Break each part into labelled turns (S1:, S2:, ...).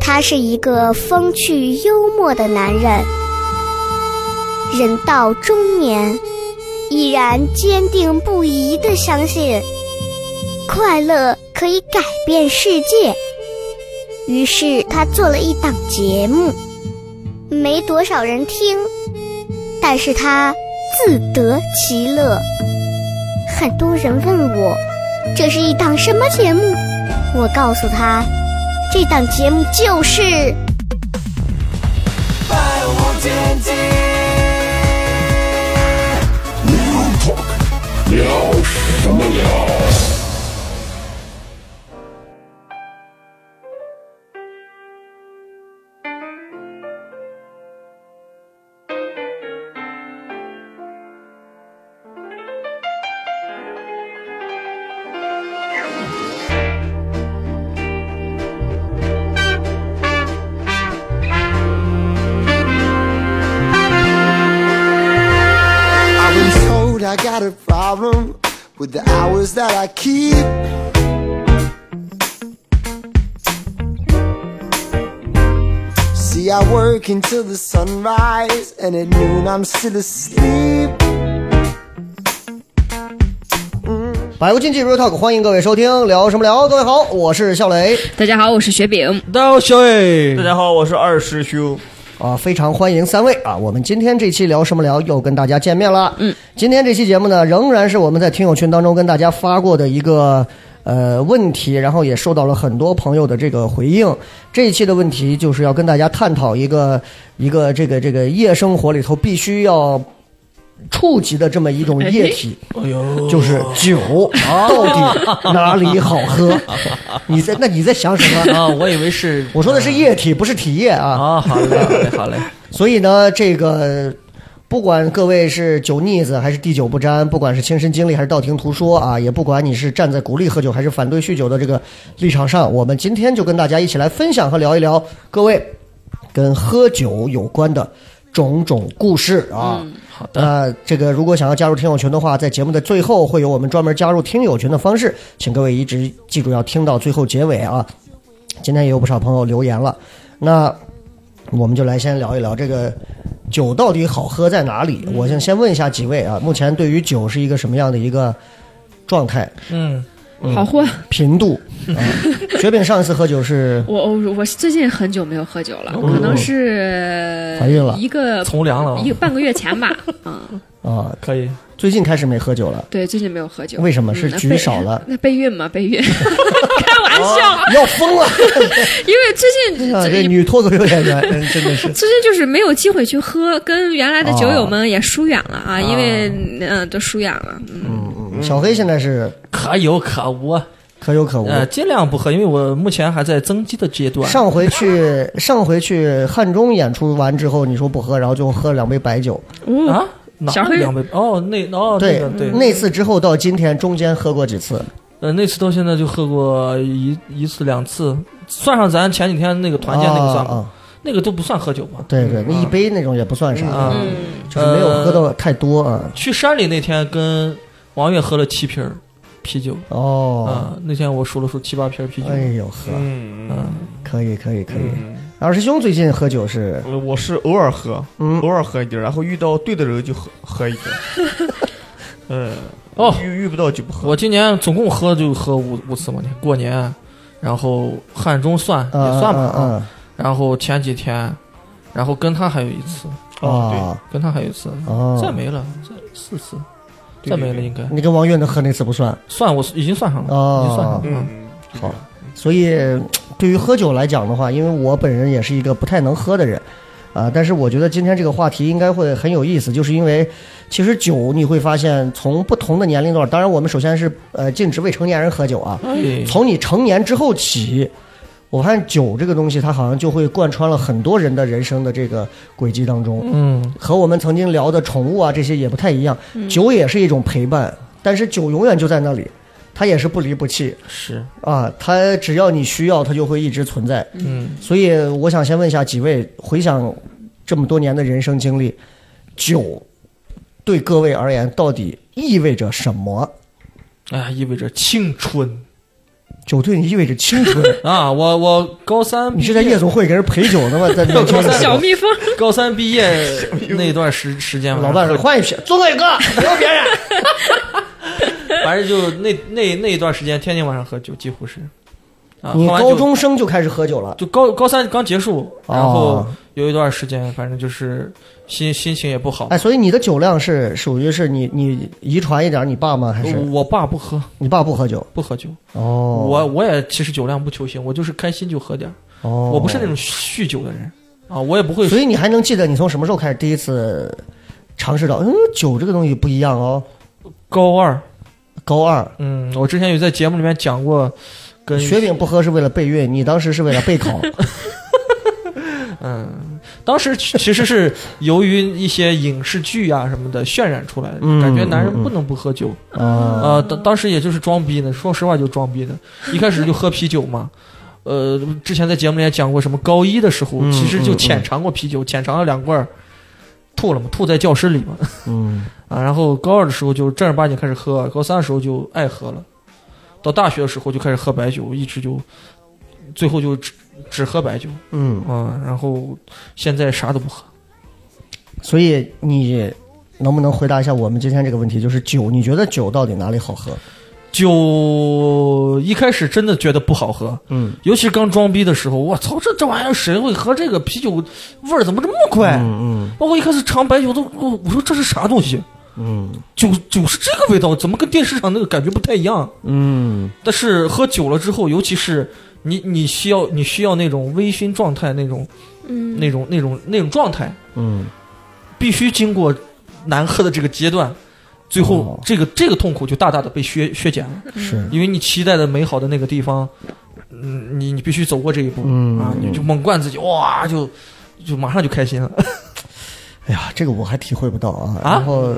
S1: 他是一个风趣幽默的男人。人到中年，依然坚定不移地相信快乐可以改变世界。于是他做了一档节目，没多少人听，但是他自得其乐。很多人问我，这是一档什么节目？我告诉他，这档节目就是《
S2: 百无禁忌。
S3: I've been told I got a problem with the hours that I keep. See, I work until the sunrise, and at noon I'm still asleep.
S4: 百无禁忌 Real Talk，欢迎各位收听，聊什么聊？各位好，我是笑雷
S5: 大家好，我是雪饼。
S6: 到小伟
S7: 大，家好，我是二师兄。
S4: 啊，非常欢迎三位啊！我们今天这期聊什么聊又跟大家见面了。嗯，今天这期节目呢，仍然是我们在听友群当中跟大家发过的一个呃问题，然后也受到了很多朋友的这个回应。这一期的问题就是要跟大家探讨一个一个这个这个夜生活里头必须要触及的这么一种液体， 就是酒到底哪里好喝？你在那你在想什么？
S6: 啊，我以为是
S4: 我说的是液体，不是体液啊。
S6: 啊，好嘞，好嘞， 好嘞，
S4: 所以呢，这个不管各位是酒腻子还是滴酒不沾，不管是亲身经历还是道听途说啊，也不管你是站在鼓励喝酒还是反对酗酒的这个立场上，我们今天就跟大家一起来分享和聊一聊各位跟喝酒有关的种种故事啊。
S6: 嗯好的，
S4: 那这个如果想要加入听友群的话，在节目的最后会有我们专门加入听友群的方式，请各位一直记住要听到最后结尾啊。今天也有不少朋友留言了，那我们就来先聊一聊这个酒到底好喝在哪
S6: 嗯
S4: 里。我想先问一下几位啊，目前对于酒是一个什么样的一个状态、
S6: 嗯，
S5: 好混，
S4: 频度？ 啊、雪饼上一次喝酒是
S5: 我我我最近很久没有喝酒了，可能是
S4: 嗯怀孕了
S5: 一个
S6: 从良了啊
S4: 哎
S5: 一，个半个月 前吧。嗯，
S4: 啊，
S6: 可以，
S4: 最近开始没喝酒了，
S5: 对，最近没有喝酒。
S4: 为什么
S5: 嗯
S4: 是
S5: 那
S4: 局
S5: 备
S4: 少了哦
S5: 那备孕嘛，备孕，开玩笑，
S4: 要疯了！
S5: 因为 最近
S4: 啊这
S5: 最
S4: 女脱口秀演员嗯真的是。
S5: 最近就是没有机会去喝，跟原来的酒友
S4: 哦
S5: 们也疏远了啊，因为嗯都疏远了。嗯
S4: 小黑现在是
S6: 可有可无，啊
S4: 可有可无。
S6: 呃，尽量不喝，因为我目前还在增肌的阶段。
S4: 上回去上回去汉中演出完之后，你说不喝，然后就喝了两杯白酒。
S5: 嗯
S6: 啊，哪
S5: 小黑
S6: 两杯？哦，那哦，那
S4: 对
S6: 个，对，
S4: 那次之后到今天中间喝过几次？
S6: 呃，那次到现在就喝过一一次两次，算上咱前几天那个团建那个算嗯
S4: 啊
S6: 吗？
S4: 啊
S6: 那个都不算喝酒吧？
S4: 对对，那一杯那种也不算啥，
S6: 啊，呃
S4: 就是没有喝到太多啊。
S6: 去山里那天跟王悦喝了七瓶儿啤酒
S4: 哦，
S6: 啊，那天我数了数七八瓶儿啤酒。
S4: 哎呦喝，
S7: 嗯，
S4: 可以可以可以。二师兄最近喝酒是
S7: 嗯我我是偶尔喝，
S4: 嗯
S7: 偶尔喝一点儿，然后遇到对的人就喝喝一点儿。嗯，
S6: 哦
S7: 遇遇不到就不喝。
S6: 我今年总共喝就喝五五次嘛，你看过年，然后汉中算也算吧啊，
S4: 啊
S6: 然后前几天，然后跟他还有一次，
S7: 哦，
S4: 啊
S6: 跟他还有一次，
S4: 哦嗯
S6: 再没了，再四次，
S7: 对
S6: 再
S7: 对
S6: 没了
S7: 对
S6: 应该
S4: 你跟王悦的喝那次不算，
S6: 算我已经算上了，
S4: 哦
S6: 已经算上了。
S7: 对，
S6: 嗯
S7: 嗯，
S4: 好所以对于喝酒来讲的话，因为我本人也是一个不太能喝的人，啊、但是我觉得今天这个话题应该会很有意思，就是因为其实酒你会发现，从不同的年龄段，当然我们首先是呃禁止未成年人喝酒啊，
S6: 哎
S4: 从你成年之后起。我发现酒这个东西，它好像就会贯穿了很多人的人生的这个轨迹当中，
S6: 嗯，
S4: 和我们曾经聊的宠物啊这些也不太一样。酒也是一种陪伴，但是酒永远就在那里，它也是不离不弃。
S6: 是，
S4: 啊，它只要你需要，它就会一直存在。
S6: 嗯，
S4: 所以我想先问一下几位，回想这么多年的人生经历，酒对各位而言到底意味着什么？
S6: 哎呀，意味着青春，
S4: 酒对你意味着青 春。
S6: 啊！我我高三
S4: 你是在夜总会给人陪酒呢吗？在 年轻的时
S5: 小
S4: 候，
S5: 蜜蜂，
S6: 高三毕业那段时时间，
S4: 老伴说换一瓶，尊贵哥，
S6: 啊
S4: 没有别人。
S6: 反正就那那那一段时间，天天晚上喝酒，几乎是。啊，
S4: 你
S6: 喝完酒
S4: 高中生就开始喝酒了，
S6: 就高高三刚结束，然后
S4: 哦
S6: 有一段时间，反正就是心心情也不好。
S4: 哎，所以你的酒量是属于是你你遗传一点，你爸吗？还是
S6: 我爸不喝，
S4: 你爸不喝酒？
S6: 不喝酒。
S4: 哦，
S6: 嗯我我也其实酒量不求行，我就是开心就喝点儿。
S4: 哦，
S6: 我不是那种酗酒的人啊，我也不会。
S4: 所以你还能记得你从什么时候开始第一次尝试到，嗯，酒这个东西不一样哦。
S6: 高二，
S4: 高二
S6: 嗯，我之前有在节目里面讲过，跟
S4: 雪饼不喝是为了备孕，你当时是为了备 考。
S6: 嗯，当时其其实是由于一些影视剧啊什么的渲染出来的，
S4: 嗯
S6: 感觉
S4: 嗯嗯
S6: 男人不能不喝酒。
S4: 啊，
S6: 呃，当当时也就是装逼的，说实话就装逼的，一开始就喝啤酒嘛。呃，之前在节目里也讲过，什么高一的时候，
S4: 嗯
S6: 其实就
S4: 嗯
S6: 浅尝过啤酒，浅尝了两罐儿，吐了嘛，吐在教室里嘛。
S4: 嗯，
S6: 啊，然后高二的时候就正儿八经开始喝，高三的时候就爱喝了，到大学的时候就开始喝白酒，一直就，最后就只只喝白酒
S4: 嗯，
S6: 啊、然后现在啥都不喝。
S4: 所以你能不能回答一下我们今天这个问题？就是酒，你觉得酒到底哪里好喝？
S6: 酒一开始真的觉得不好喝，
S4: 嗯，
S6: 尤其是刚装逼的时候，我操，这这玩意儿谁会喝这个啤酒？味儿怎么这么怪？
S4: 嗯
S6: 包括一开始尝白酒都，我我说这是啥东西？
S4: 嗯
S6: 酒酒是这个味道，怎么跟电视上那个感觉不太一样？
S4: 嗯
S6: 但是喝酒了之后，尤其是你你需要你需要那种微醺状态那种
S5: 嗯，
S6: 那种那种那种状态，
S4: 嗯
S6: 必须经过难喝的这个阶段，最后
S4: 哦
S6: 这个、这个痛苦就大大的被削削减了。
S4: 嗯，是，
S6: 因为你期待的美好的那个地方，嗯，你你必须走过这一步、
S4: 嗯
S6: 啊，你就猛灌自己，哇，就就马上就开心了。
S4: 哎呀，这个我还体会不到啊。
S6: 啊
S4: 然后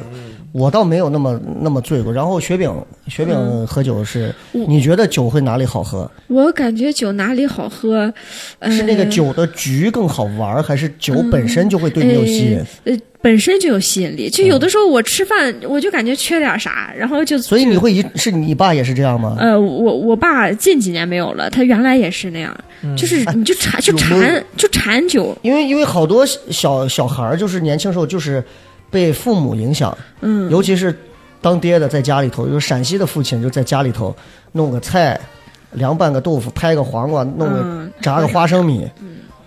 S4: 我倒没有那么那么醉过。然后雪饼，雪饼喝酒是，你觉得酒会哪里好喝？
S5: 我感觉酒哪里好喝，呃、
S4: 是那个酒的局更好玩儿，还是酒本身就会对你有吸引？嗯
S5: 呃，呃本身就有吸引力。就有的时候我吃饭，我就感觉缺点啥，然后就
S4: 所以你会一是你爸也是这样吗？
S5: 呃，我我爸近几年没有了，他原来也是那样，就是你就馋就馋就馋酒，
S4: 因为因为好多小小孩儿就是年轻时候就是被父母影响，
S5: 嗯，
S4: 尤其是当爹的在家里头，就是陕西的父亲就在家里头弄个菜，凉拌个豆腐，拍个黄瓜，弄个
S5: 嗯
S4: 炸个花生米，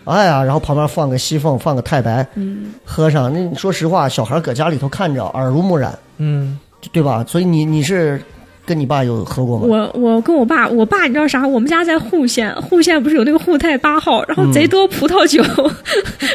S4: 哎呀，然后旁边放个西凤，放个太白，
S5: 嗯
S4: 喝上。那你说实话，小孩搁家里头看着耳濡目染，
S6: 嗯，
S4: 对吧？所以你你是跟你爸有喝过吗？
S5: 我我跟我爸，我爸你知道啥？我们家在户县，户县不是有那个沪泰八号，然后贼多葡萄酒，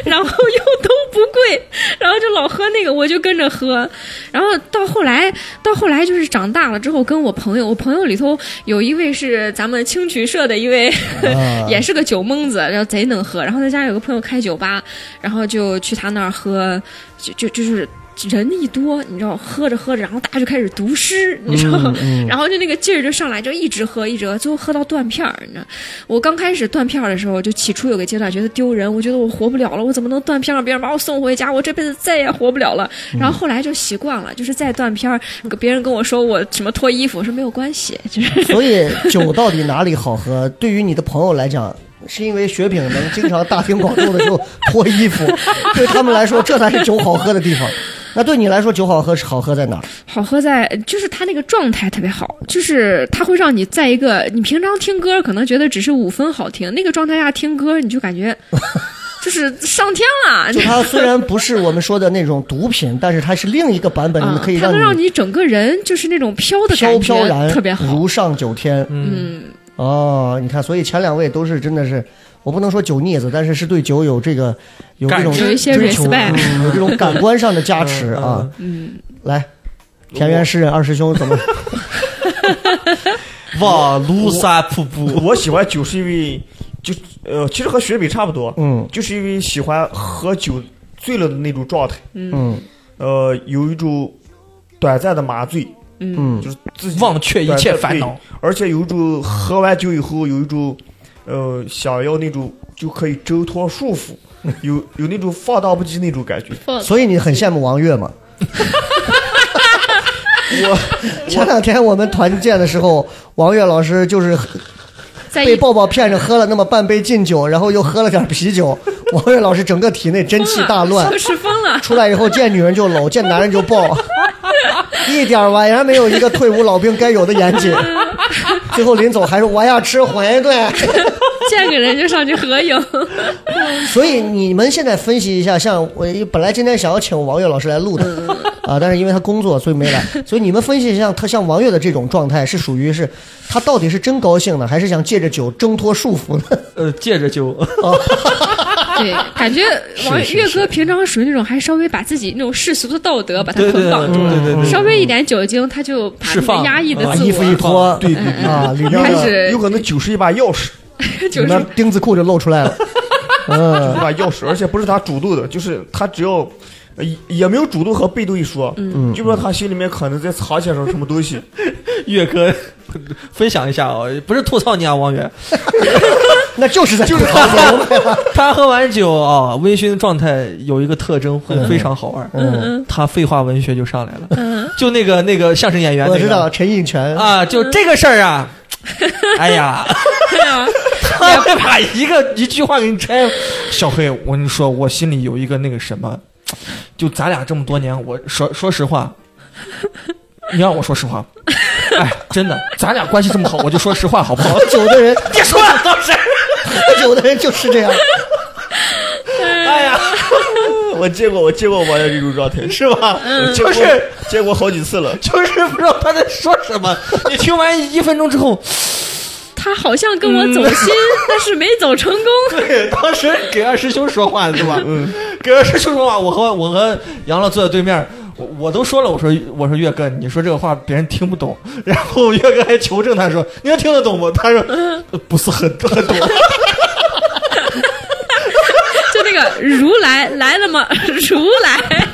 S5: 然后又都不贵，然后就老喝那个，我就跟着喝。然后到后来，到后来就是长大了之后，跟我朋友，我朋友里头有一位是咱们青曲社的一位，
S4: 啊
S5: 也是个酒蒙子，然后贼能喝。然后他家有个朋友开酒吧，然后就去他那儿喝，就就就是。人一多，你知道，喝着喝着，然后大家就开始读诗，你知道，吗？ 然后就那个劲儿就上来，就一直喝，一直喝，最后喝到断片儿。你知道，我刚开始断片儿的时候，就起初有个阶段觉得丢人，我觉得我活不了了，我怎么能断片儿？别人把我送回家，我这辈子再也活不了了。然后后来就习惯了，就是再断片儿，别人跟我说我什么脱衣服，我说没有关系，就是
S4: 所以酒到底哪里好喝？对于你的朋友来讲，是因为雪饼能经常大庭广众的就脱衣 服，对他们来说这才是酒好喝的地方。那对你来说，酒好喝是好喝在哪 儿？
S5: 好喝在就是它那个状态特别好，就是它会让你在一个你平常听歌可能觉得只是五分好听，那个状态下听歌你就感觉 就是上天了，
S4: 就它虽然不是我们说的那种毒品，但是它是另一个版本，
S5: 啊，
S4: 可以
S5: 它
S4: 让
S5: 能让
S4: 你
S5: 你整个人就是那种飘的
S4: 飘
S5: 感
S4: 飘
S5: 觉
S4: 然，
S5: 特别好
S4: 如。上九天。
S5: 嗯，
S4: 哦，你看，所以前两位都是真的是，我不能说酒腻子，但是是对酒有这个有这种
S6: 感
S5: 知有一些
S4: 追求，
S5: respect
S4: 嗯有这种感官上的加持
S6: 嗯
S4: 啊。
S5: 嗯，
S4: 来，田园诗人二师兄怎 么？
S6: 哇，庐山瀑布，
S7: 我喜欢酒是因为，就呃，其实和雪饼差不多，
S4: 嗯
S7: 就是因为喜欢喝酒醉了的那种状态，
S4: 嗯
S7: 呃，有一种短暂的麻醉，
S4: 嗯
S7: 就是自己
S6: 忘却一切烦恼
S7: 对，而且有一种喝完酒以后有一种，呃，想要那种就可以挣脱 束缚，有有那种放荡不羁那种感觉。
S4: 所以你很羡慕王悦 嘛？我前两天我们团建的时候，王悦老师就是
S5: 在
S4: 被
S5: 一
S4: 抱抱骗着喝了那么半杯禁酒，然后又喝了点啤酒，王悦老师整个体内真气大 乱
S5: 就，是疯了。
S4: 出来以后见女人就搂，见男人就抱， 一点完全没有一个退伍老兵该有的严谨。最后临走还是我要吃馄饨。
S5: 见个人就上去合影，
S4: 所以你们现在分析一下，像我本来今天想要请王悦老师来录的啊，但是因为他工作所以没来。所以你们分析一下，他像王悦的这种状态是属于是，他到底是真高兴呢，还是想借着酒挣脱束缚呢？
S6: 呃，借 着酒，
S5: 对，感觉王
S4: 是是
S5: 岳哥平常属于那种还稍微把自己那种世俗的道德把它
S6: 对对
S5: 捆
S6: 对
S5: 绑
S6: 对
S5: 住，
S6: 对对，
S5: 稍微一点酒精他就把那
S6: 释
S5: 个
S6: 放
S5: 压抑的
S6: 啊
S5: 自
S4: 衣服一
S5: 我，
S4: 脱，
S7: 对对对
S4: 啊，里面
S5: 开
S4: 的
S5: 始
S7: 有可能酒是一把钥匙，
S5: 就
S4: 里
S5: 是
S4: 面钉子裤就露出来了。
S7: 一 把钥呃匙，而且不是他主动的，就是他只要。呃也也没有主动和被动一说，嗯，就说他心里面可能在藏些什么什么东西，
S6: 岳哥 分享一下啊、不是吐槽你啊，王源，
S4: 那就是在就是
S6: 他喝完酒啊，微醺状态有一个特征会非常好玩，
S4: 嗯
S6: 他废话文学就上来了，就那个那个相声演员，
S4: 我知道陈印泉，
S6: 啊，就这个事儿 啊，哎呀， 他会把一个一句话给你拆。小黑，我跟你说，我心里有一个那个什么，就咱俩这么多年，我说说实话，你让我说实话，哎，真的，咱俩关系这么好，我就说实话好不好
S4: 喝？ 酒的人，
S6: 别说了，当时，
S4: 喝酒的人就是这样。
S6: 哎呀，
S7: 我见过，我见过王源这种状态，
S6: 是吧？
S7: 我见
S6: 就
S7: 过
S6: 嗯是
S7: 见过好几次了。
S6: 就是不知道他在说什么。你听完一分钟之后，
S5: 他好像跟我走心， 但是没走成 功。
S6: 对，当时给二师兄说话是吧？嗯，给二师兄说话，我和我和杨乐坐在对面，我我都说了，我说我说岳哥，你说这个话别人听不懂，然后岳哥还求证他说你能听得懂吗？他说、呃 不是很很懂，
S5: 就那个如来来了吗？ 如来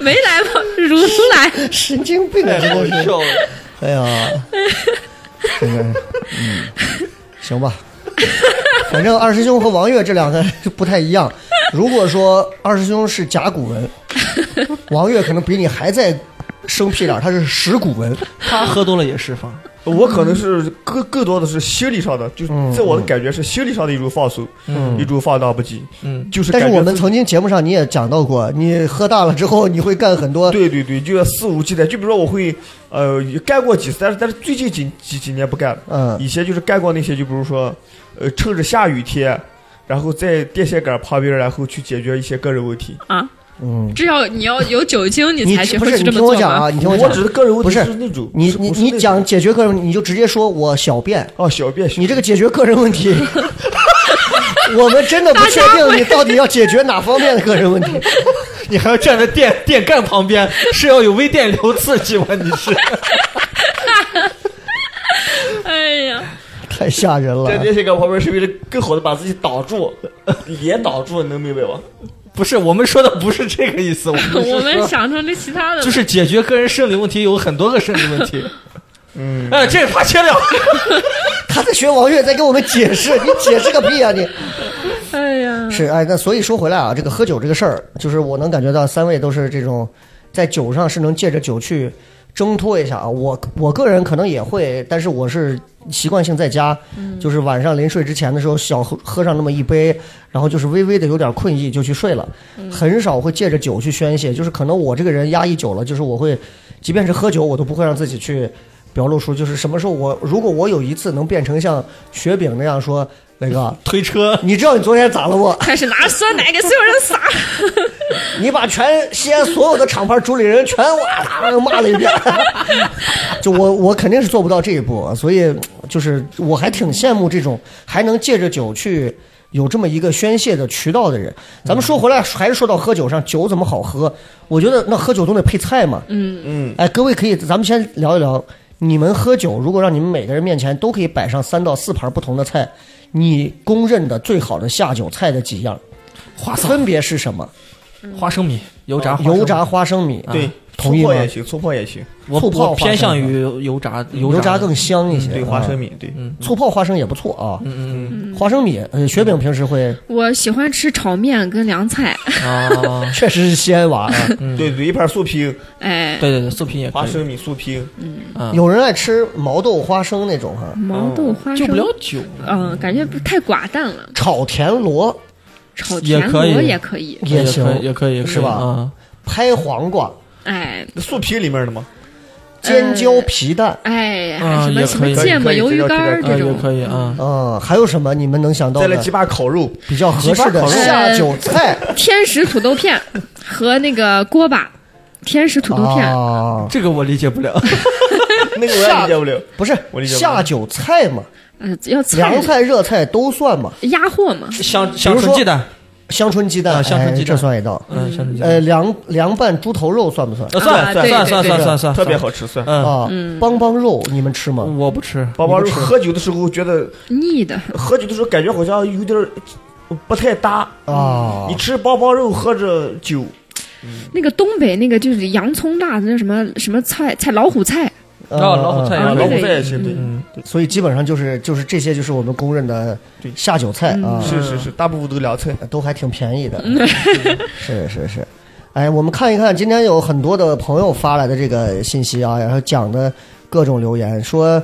S5: 没来 吗？如来
S4: 神经病啊，这都是。
S6: 笑了
S4: 哎呀，这个，嗯， 行吧。反正二师兄和王月这两个就不太一样。如果说二师兄是甲骨文，王月可能比你还在生僻点儿，他是石骨文。
S6: 他喝多了也释放，
S7: 我可能是更更多的是心理上的，就是
S4: 嗯
S7: 在我的感觉是心理上的一种放松，一种放荡不羁，
S6: 嗯，
S7: 就是
S4: 但
S7: 感
S4: 是
S7: 觉
S4: 我们
S7: 自己
S4: 曾经节目上你也讲到过，你喝大了之后你会干很多
S7: 对对对，就要肆无忌惮。就比如说我会呃也干过几次，但是但是最近几几几年不干了。
S4: 嗯
S7: 以前就是干过那些，就比如说呃趁着下雨天，然后在电线杆旁边，然后去解决一些个人问题。
S5: 啊，
S4: 嗯，
S5: 只要你要有酒精，
S4: 你
S5: 才学
S4: 不
S5: 会
S4: 是
S5: 去
S4: 你
S5: 这么
S4: 听我
S5: 做
S4: 讲啊，
S5: 吗？
S4: 你听我
S7: 我
S4: 讲
S7: 指，的个人问
S4: 不
S7: 题
S4: 是
S7: 是那种
S4: 你
S7: 不是
S4: 你
S7: 不是那
S4: 你
S7: 种
S4: 讲解决个人，你就直接说我小便，
S7: 哦小便小
S4: 你这个解决个人问题， 我们真的不确定你到底要解决哪方面的个人问题。
S6: 你还要站在电电杆旁边，是要有微电流刺激吗？你是
S5: 哎呀，
S4: 太吓人了
S7: 在。电线杆旁边是为了更好的把自己挡住， 脸挡住，你能明白吗？
S6: 不是我们说的不是这个意思，我们
S5: 我
S6: 是
S5: 们
S6: 说
S5: 想成这其他的，
S6: 就是解决个人生理问题有很多个生理问题。
S7: 嗯，
S6: 哎，这个他切了。
S4: 他在学王月，在给我们解释，你解释个屁啊你！
S5: 哎呀，
S4: 是哎，那所以说回来啊，这个喝酒这个事儿，就是我能感觉到三位都是这种，在酒上是能借着酒去挣脱一下啊。我我个人可能也会，但是我是习惯性在家，就是晚上临睡之前的时候小喝喝上那么一杯，然后就是微微的有点困意就去睡了，很少会借着酒去宣泄。就是可能我这个人压抑久了，就是我会，即便是喝酒，我都不会让自己去。表露出就是什么时候我如果我有一次能变成像雪饼那样说磊哥，
S6: 推车，
S4: 你知道你昨天咋了不？
S5: 开始拿着酸奶给所有人撒。
S4: 你把全西安所有的厂牌主理人全哇啦骂了一遍， 就我我肯定是做不到这一步，啊所以就是我还挺羡慕这种还能借着酒去有这么一个宣泄的渠道的人。咱们说回来，还是说到喝酒上，酒怎么好喝？我觉得那喝酒总得配菜嘛。
S5: 嗯
S4: 嗯。哎，各位可以，咱们先聊一聊，你们喝酒如果让你们每个人面前都可以摆上三到四盘不同的菜，你公认的最好的下酒菜的几样，
S6: 花
S4: 分别是什么？
S6: 啊花生米，油炸花生米啊
S4: 油炸花生米，
S7: 对，
S4: 同意
S7: 搓
S4: 吗
S7: 泡？啊也行，搓泡也行，
S6: 我
S4: 醋泡
S6: 我偏向
S4: 花
S6: 于油炸，
S4: 油炸更香一些，
S7: 对，
S4: 啊
S7: 花生米，对，
S4: 醋泡花生也不错啊。
S6: 嗯嗯
S4: 花生米，呃，雪饼平时会
S5: 我喜欢吃炒面跟凉菜，
S6: 嗯啊，嗯
S4: 确实是西安娃啊。
S7: 对对，一盘素拼，
S5: 哎，
S6: 对对对，素品也可以
S7: 花生米素拼，
S6: 啊
S4: 有人爱吃毛豆花生那种哈、啊
S6: 嗯
S5: 毛豆花
S6: 救
S5: 生
S6: 不，了酒，
S5: 嗯，感觉不太寡淡了，
S4: 炒田螺
S5: 炒
S6: 也
S5: 田
S6: 可
S5: 螺
S6: 以
S5: 也可以，
S4: 也行，
S6: 可以也可以
S4: 是吧
S6: 啊，
S4: 拍黄瓜、
S5: 哎
S7: 那素皮里面的嘛，
S6: 哎
S4: 尖椒皮蛋，
S5: 哎，
S6: 啊
S5: 什么
S6: 也
S5: 什么
S6: 可以
S5: 芥末
S7: 可以
S5: 鱿
S7: 可以
S5: 鱼干儿
S6: 啊
S5: 这
S6: 也
S5: 种，
S6: 可以啊，
S4: 嗯，还有什么你们能想到
S7: 再来
S4: 的
S7: 几把烤肉，
S4: 比较合适的
S7: 鸡
S5: 肉
S4: 下酒菜？
S5: 天使土豆片和那个锅巴，天使土
S6: 呃
S5: 豆片，
S4: 啊，
S6: 这个我理解不了，
S7: 那个我也理解不了。
S4: 不是
S7: 我理解不了
S4: 下酒菜嘛，
S5: 嗯，要菜
S4: 凉菜、热菜都算嘛。
S5: 压货嘛，
S6: 香
S4: 比
S6: 香
S4: 如
S6: 椿
S4: 说
S6: 鸡蛋，
S4: 香椿鸡蛋，
S6: 啊香椿鸡蛋
S4: 哎这算一道。
S6: 嗯，香椿鸡蛋，
S4: 呃，凉凉拌猪头肉算不算？
S6: 啊
S5: 啊
S6: 算
S5: 对
S6: 算
S5: 对
S6: 算
S5: 对
S6: 算算算，
S7: 特别好吃，蒜。
S6: 嗯，
S4: 啊，帮帮肉你们吃吗？
S6: 我不吃，
S7: 宝宝喝酒的时候觉得，
S5: 腻的，
S7: 喝酒的时候感觉好像有点儿不太搭。
S6: 嗯
S4: 啊
S7: 你，吃包包肉喝着酒，
S5: 那个东北那个就是洋葱辣的那什么什么菜菜老虎菜，
S4: 呃
S6: 哦老嗯虎菜
S5: 啊
S7: 老虎
S5: 对
S7: 菜也行，对，
S4: 所以基本上就是就是这些，就是我们公认的
S7: 对
S4: 下酒菜啊，
S6: 嗯
S4: 呃
S7: 是是是，大部分都凉菜。
S4: 都还挺便宜的。 是是是，哎，我们看一看，今天有很多的朋友发来的这个信息啊，然后讲的各种留言，说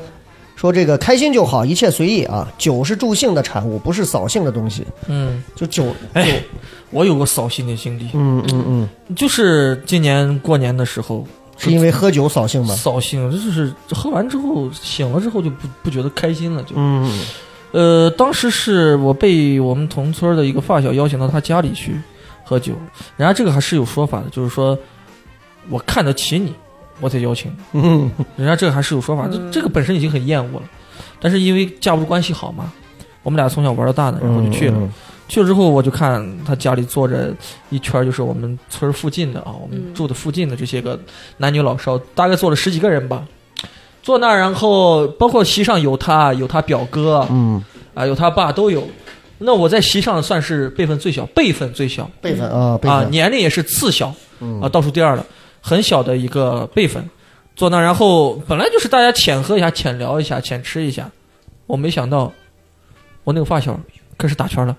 S4: 说这个开心就好，一切随意啊，酒是助兴的产物，不是扫兴的东西。
S6: 嗯，
S4: 就酒，
S6: 哎，我有个扫兴的经历，
S4: 嗯嗯嗯，
S6: 就是今年过年的时候。
S4: 是因为喝酒扫兴吗？
S6: 扫兴，就是喝完之后醒了之后就不不觉得开心了，就
S4: 嗯，
S6: 呃，当时是我被我们同村的一个发小邀请到他家里去喝酒，然后这个还是有说法的，就是说我看得起你，我才邀请你，
S4: 嗯
S6: 人家这个还是有说法，这这个本身已经很厌恶了，但是因为架不住关系好嘛，我们俩从小玩到大的， 然后就去了。
S4: 嗯
S6: 去了之后，我就看他家里坐着一圈儿，就是我们村儿附近的啊，我们住的附近的这些个男女老少，大概坐了十几个人吧，坐那儿，然后包括席上有他，有他表哥，
S4: 嗯，
S6: 啊，有他爸都有。那我在席上算是辈分最小，辈分最小
S4: 辈分啊，辈
S6: 啊，
S4: 分，
S6: 年龄也是次小
S4: 嗯
S6: 啊，倒数第二了，很小的一个辈分。坐那儿，然后本来就是大家浅喝一下、浅聊一下、浅吃一下，我没想到我那个发小开始打圈了，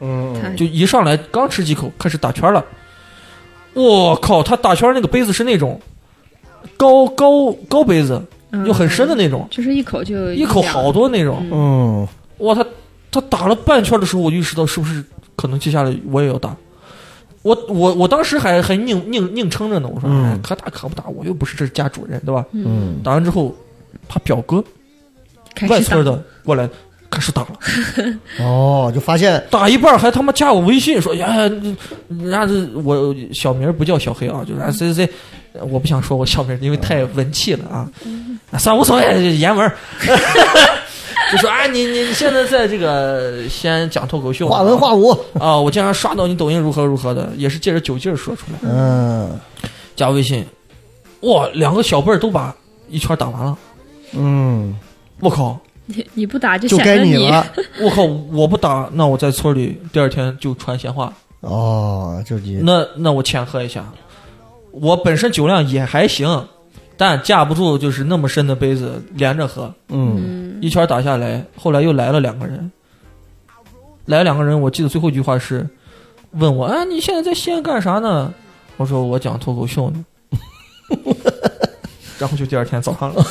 S4: 嗯，
S5: 看
S6: 就一上来刚吃几口开始打圈了。我靠，他打圈那个杯子是那种高高高杯子，
S5: 嗯
S6: 又很深的，那种，
S5: 就是一口就
S6: 一口好多那种。
S4: 嗯，
S6: 哇，他他打了半圈的时候，我就意识到是不是可能接下来我也要打。我我我当时还还硬硬硬撑着呢，我说、
S4: 嗯
S6: 哎，可打可不打，我又不是这家主人，对吧？
S4: 嗯，
S6: 打完之后，他表哥
S5: 开
S6: 外
S5: 始
S6: 村
S5: 打，
S6: 的过来开始打了，
S4: 哦，就发现
S6: 打一半还他妈加我微信说呀，人家这我小名不叫小黑
S4: 嗯
S6: 啊，就是啊谁谁谁，我不想说我小名，因为太文气了啊，
S4: 嗯
S6: 啊算无所谓，言文儿。 就说哎，你你你现在在这个西安讲脱口秀呢，
S4: 画文画武，
S6: 啊，我经常刷到你抖音如何如何的，也是借着酒劲儿说出来。
S4: 嗯
S6: 加微信，哇，两个小辈儿都把一圈打完了。
S4: 嗯，
S6: 我靠，
S5: 你 你不打就
S4: 就
S5: 显
S4: 该
S5: 得
S4: 你了。
S6: 我靠，我不打，那我在村里第二天就传闲话。
S4: 哦，就你
S6: 那那我浅喝一下，我本身酒量也还行，但架不住就是那么深的杯子连着喝，
S4: 嗯
S6: 一圈打下来，后来又来了两个人，来了两个人，我记得最后一句话是问我，哎，你现在在西安干啥呢？我说我讲脱口 秀呢，然后就第二天早上了，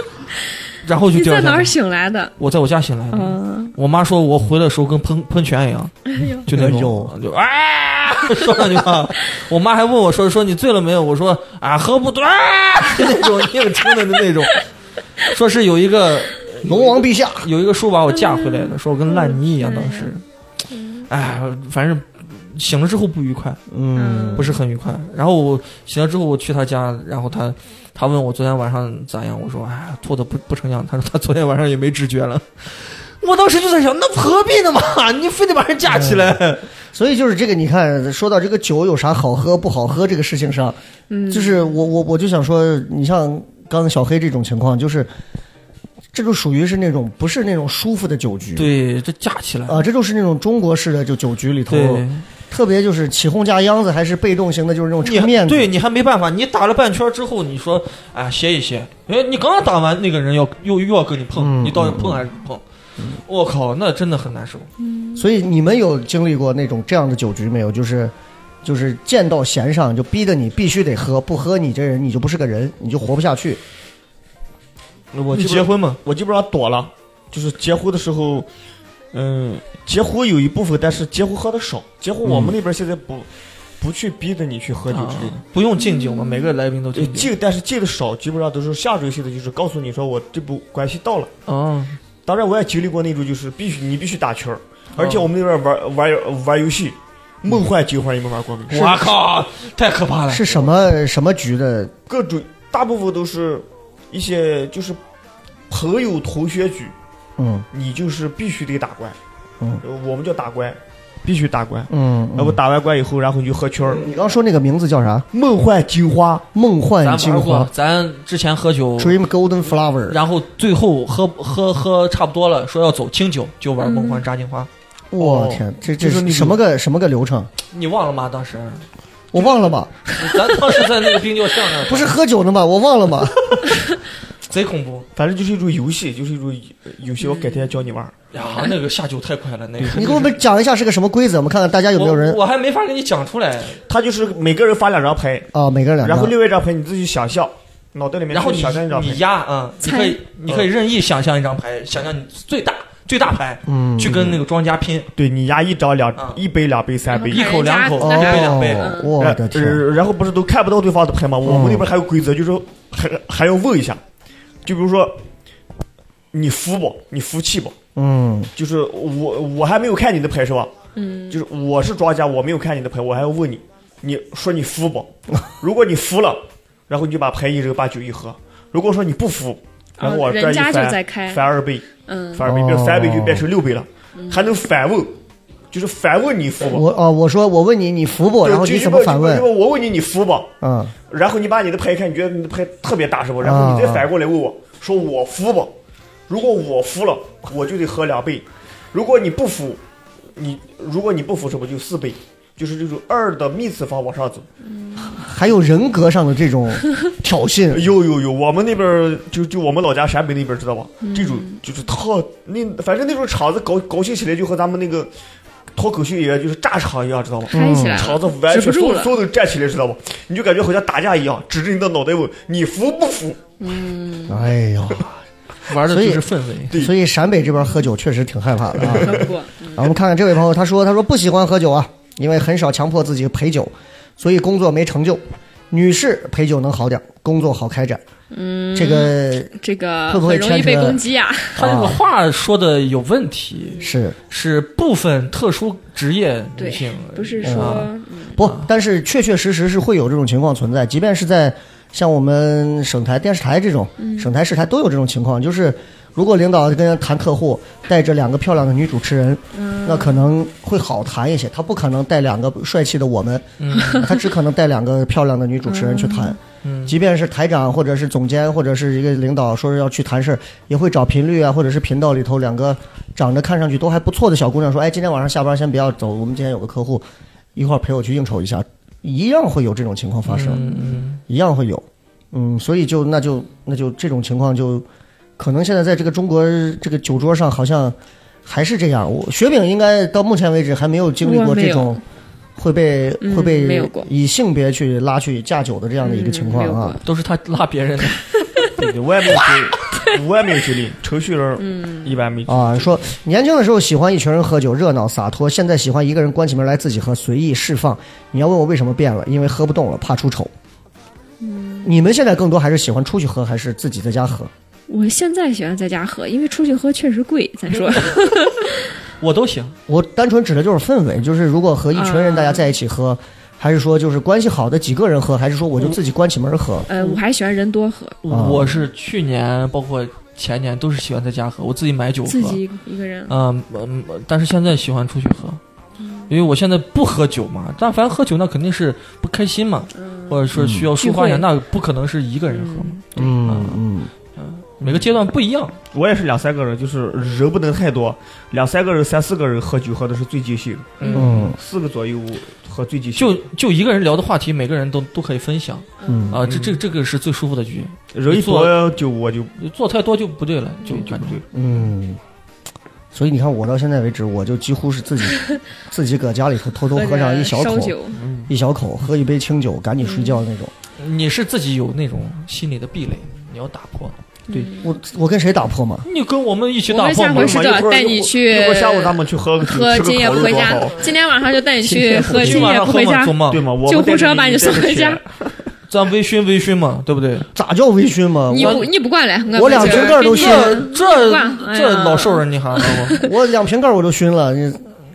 S6: 然后就
S5: 你
S6: 第
S5: 在
S6: 二
S5: 哪儿
S6: 天，
S5: 醒来的？
S6: 我在我家醒来了，
S5: 嗯，
S6: 我妈说我回来的时候跟喷喷泉一样，
S5: 哎呦，
S6: 就那
S4: 哎
S6: 种
S4: 呦
S6: 就啊，说两句话，我妈还问我说说你醉了没有？我说啊喝不多，啊 就那种硬撑的那种，说是有一个
S4: 龙王陛下，
S6: 有一个叔把我架回来的，说我跟烂泥一样，当时，哎，反正醒了之后不愉快，
S5: 嗯
S6: 不是很愉快。然后我醒了之后，我去他家，然后他他问我昨天晚上咋样，我说哎，吐的不不成样。他说他昨天晚上也没知觉了。我当时就在想，那何必呢嘛？你非得把人架起来？
S4: 所以就是这个，你看，说到这个酒有啥好喝不好喝这个事情上，
S5: 嗯，
S4: 就是我我我就想说，你像刚刚小黑这种情况，就是这就属于是那种不是那种舒服的酒局，
S6: 对，这架起来，
S4: 呃啊、这就是那种中国式的就酒局里头，
S6: 对，
S4: 特别就是起哄架秧子，还是被动型的，就是那种
S6: 你
S4: 撑面子。
S6: 对你还没办法，你打了半圈之后，你说啊歇一歇，哎，你刚打完那个人要又又要跟你碰，
S4: 嗯
S6: 你到底碰还是不碰？我靠，那真的很难受。
S4: 所以你们有经历过那种这样的酒局没有？就是就是见到弦上就逼得你必须得喝，不喝你这人你就不是个人，你就活不下去。
S7: 我
S6: 你
S7: 基
S6: 结
S7: 本
S6: 婚吗？
S7: 我基本上躲了，就是结婚的时候，嗯，结婚有一部分，但是结婚喝的少。结婚我们那边现在不、不去逼着你去喝酒之类的，
S6: 啊不用敬酒吗？每个来宾都嗯
S7: 对
S6: 敬酒。
S7: 敬，但是敬的少，基本上都是下周性的，就是告诉你说我这步关系到了。
S6: 哦，
S4: 嗯
S7: 当然我也经历过那种，就是必须你必须打球，而且我们那边玩玩玩游戏，梦幻酒花你们玩过没？
S6: 我靠，太可怕了！
S4: 是什么什么局的？
S7: 各种大部分都是一些就是朋友同学局，
S4: 嗯
S7: 你就是必须得打怪，
S4: 嗯
S7: 呃我们叫打怪，必须打怪。
S4: 嗯。
S6: 呃
S7: 然后打完怪以后，然后你就合圈儿，
S4: 你刚说那个名字叫啥？
S7: 梦幻金花，
S4: 梦幻
S6: 咱
S4: 精
S6: 玩过
S4: 华，
S6: 咱之前喝酒，
S4: （Dream Golden Flower）。
S6: 然后最后喝喝喝差不多了，说要走清酒，就玩梦幻炸金花。
S4: 我
S7: 哦
S4: 天，这
S7: 就
S4: 这
S7: 是那
S4: 是
S7: 种
S4: 什么个什么个流程？
S6: 你忘了吗？当时，
S4: 我忘了吧？
S6: 咱当时在那个冰窖巷那儿，
S4: 不是喝酒呢吧？我忘了 吧？
S6: 贼恐怖
S7: 反正就是一种游戏，就是一种游戏。我改天教你玩儿。
S6: 呀！那个下酒太快了，那个
S4: 你给我们讲一下是个什么规则？我们看看大家有没有人
S6: 我我还没法给你讲出来，
S7: 他就是每个人发两张牌，
S4: 啊？每个人两
S7: 然后
S4: 张。
S7: 另外一张牌你自己想象，脑袋里面
S6: 然后
S7: 自己
S6: 你
S7: 想象一张牌
S6: 你。压啊，你
S5: 猜
S6: 可以你可以任意想象一张牌，想象你最大最大牌，
S4: 嗯
S6: 去跟那个庄家拼，
S7: 对你压一张两、
S5: 啊
S6: 嗯
S7: 一杯两杯三杯，
S5: 然后
S7: 一口两口。
S5: 人家
S6: 一杯两杯
S4: 哦，我的天！嗯
S7: 呃然后不是都看不到对方的牌吗？我们那边还有规则，就是还还要问一下，就比如说你服不？你服气不？
S4: 嗯
S7: 就是我我还没有看你的牌是吧？嗯，就是我是庄家，我没有看你的牌，我还要问你，你说你 服不？如果你服了，然后你就把牌一扔，把酒一喝；如果说你不服，然后我这
S5: 啊人
S7: 一
S5: 家
S7: 翻，
S5: 就在开
S7: 翻二倍，
S5: 嗯，
S7: 翻二倍
S4: 哦
S7: 变成三倍就变成六倍了，还能反问，就是反问你服不？
S4: 我哦，我说我问你，你服不？
S7: 对
S4: 然后你
S7: 就
S4: 怎么
S7: 就
S4: 反
S7: 就
S4: 问
S7: 就？我问你，你服不？
S4: 嗯，
S7: 然后你把你的牌看，你觉得你的牌特别大是吧？然后你
S4: 啊
S7: 再反过来问我，说我服不？如果我服了，我就得喝两倍；如果你不服，你如果你不服，是不就四倍？就是这种二的幂次方往上走。
S4: 还有人格上的这种 挑衅。
S7: 哎有有有，我们那边儿就就我们老家陕北那边儿知道吧？
S5: 嗯
S7: 这种就是特那反正那种场子搞搞兴起来，就和咱们那个脱口秀演员就是炸场一样，知道吗？
S5: 嗨起来
S7: 场
S5: 了，
S7: 子完
S5: 止不
S7: 全
S5: 住
S7: 所
S5: 了
S7: 所有的站起来，知道吧？你就感觉好像打架一样，指着你的脑袋问你服不 服？
S4: 哎 呦，
S6: 玩的
S4: 所以
S6: 就是氛围。
S7: 对
S4: 所以陕北这边喝酒确实挺害怕的 啊。
S5: 喝不过，
S4: 然后我们看看这位朋友，他说他说不喜欢喝酒啊，因为很少强迫自己陪酒，所以工作没成就。女士陪酒能好点儿，工作好开展。嗯，这个
S5: 这个
S4: 会不会
S5: 很容
S4: 牵
S5: 易
S4: 扯
S5: 被攻击啊？
S6: 他
S4: 哦
S6: 这个话说的有问题，
S4: 是
S6: 是部分特殊职业女
S5: 对
S6: 性，，
S5: 不是说嗯
S4: 不？但是确确实实是会有这种情况存在，即便是在像我们省台电视台这种、省台市台都有这种情况，就是如果领导跟人谈客户，带着两个漂亮的女主持人，那可能会好谈一些。他不可能带两个帅气的我们，他只可能带两个漂亮的女主持人去谈。即便是台长或者是总监或者是一个领导说是要去谈事儿，也会找频率啊，或者是频道里头两个长得看上去都还不错的小姑娘说：“哎，今天晚上下班先不要走，我们今天有个客户，一会儿陪我去应酬一下。”一样会有这种情况发生，一样会有。嗯，所以就那就那就这种情况就，可能现在在这个中国这个酒桌上好像还是这样。我雪饼应该到目前为止还没有经历过
S5: 我嗯没
S4: 这
S5: 有
S4: 种会被
S5: 嗯
S4: 会
S5: 没
S4: 被
S5: 有过嗯
S4: 以性别去拉去架酒的这样的一个情
S5: 没
S4: 况
S5: 有
S4: 啊
S5: 过。
S6: 都是他拉别人的。
S7: 对对，我也没有经历，我也没有经历，程序
S5: 嗯
S7: 员一般没经历。
S4: 啊，说年轻的时候喜欢一群人喝酒，热闹洒脱；现在喜欢一个人关起门来自己喝，随意释放。你要问我为什么变了，因为喝不动了，怕出丑。
S5: 嗯
S4: 你们现在更多还是喜欢出去喝，还是自己在家喝？
S5: 我现在喜欢在家喝，因为出去喝确实贵。咱说，
S6: 我都行，
S4: 我单纯指的就是氛围，就是如果和一群
S5: 嗯
S4: 人大家在一起喝，还是说就是关系好的几个人喝，还是说我就自己关起门喝？
S5: 呃，我还喜欢人多喝，
S4: 哦
S6: 我是去年包括前年都是喜欢在家喝，我自己买酒喝。
S5: 自己一个人。
S6: 嗯嗯，但是现在喜欢出去喝，
S5: 嗯
S6: 因为我现在不喝酒嘛。但凡喝酒，那肯定是不开心嘛，或者说需要抒发一下，
S5: 聚会嗯
S6: 那不可能是一个人喝嘛。
S4: 嗯嗯
S6: 每个阶段不一样。
S7: 我也是两三个人，就是人不能太多，两三个人、三四个人喝酒喝的是最尽兴，
S4: 嗯
S7: 四个左右喝最尽兴。
S6: 就就一个人聊的话题，每个人都都可以分享
S4: 嗯，
S6: 啊，这这这个是最舒服的局。
S7: 人一多就我就
S6: 做太多就不对了，就
S7: 就就
S6: 感
S7: 不
S6: 觉
S7: 对了。
S4: 嗯，所以你看，我到现在为止，我就几乎是 自己自己搁家里头偷偷喝上一小
S5: 烧
S4: 口，
S5: 酒，
S4: 一小口喝一杯清酒，赶紧睡觉那种。
S6: 你是自己有那种心理的壁垒，你要打破。
S7: 对，
S5: 嗯
S4: 我我跟谁打破嘛？
S6: 你跟我们一起
S5: 我
S6: 打
S5: 们
S6: 破
S5: 下
S6: 嘛
S5: 回是
S7: 嘛
S5: 的
S7: 一会儿
S5: 带
S7: 一
S5: 你
S7: 会儿
S5: 去
S7: 一会儿下午咱们去喝个酒，
S5: 喝
S7: 吃
S5: 今
S7: 个
S5: 夜
S7: 烤
S5: 不
S7: 肉
S5: 回
S7: 多
S5: 家
S7: 好，，
S5: 今天晚上就带你去喝，
S6: 今
S5: 今
S6: 晚
S5: 夜
S6: 上
S5: 不
S6: 喝
S5: 回
S6: 嘛
S5: 家
S6: 做，梦
S7: 对，吗？我
S5: 救
S7: 们带
S5: 护
S7: 着
S5: 车把
S7: 你
S5: 你送回家。
S6: 咱微醺微醺嘛，对不对？
S4: 咋叫微醺嘛？
S5: 你
S4: 我
S5: 不你不过来，
S4: 我两瓶盖儿都
S5: 给
S4: 信
S5: 你
S4: 了
S6: 这这
S5: 哇哎呀
S6: 这老兽人，你喊我，
S4: 我两瓶盖我都熏了。你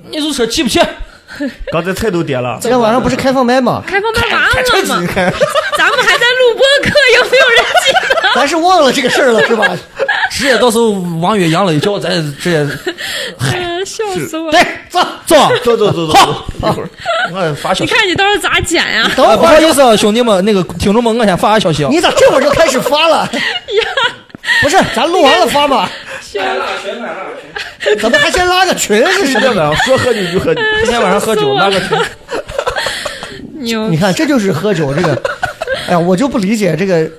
S6: 你这车气 不气？
S7: 刚才菜都点了，
S4: 今天晚上不是开放麦 嘛？
S5: 开放麦
S6: 开车
S5: 完了
S6: 子，你
S5: 吗？
S6: 看，
S5: 咱们还在录播课，有没有人记得？
S4: 咱是忘了这个事儿了是 吧？
S6: 直接到时候王远扬了一脚，咱直接
S5: 哎呀，笑死我！
S4: 对，走
S6: 走。
S7: 走走走走， 走一会儿，我发小
S5: 你看你到时候咋剪呀？
S4: 等
S6: 哎，不
S4: 会
S6: 好
S4: 儿
S6: 意思，啊，兄弟们，那个听众们，我先发个消息啊。
S4: 你咋这会儿就开始发了？不是，咱录完了发嘛？ 怎么还先拉个群是什
S7: 今天
S4: 么？
S7: 晚上啊说喝酒 就喝酒，
S6: 今天晚上喝酒拉个群，
S5: 牛
S4: 你！看，这就是喝酒这个。哎呀，我就不理解这个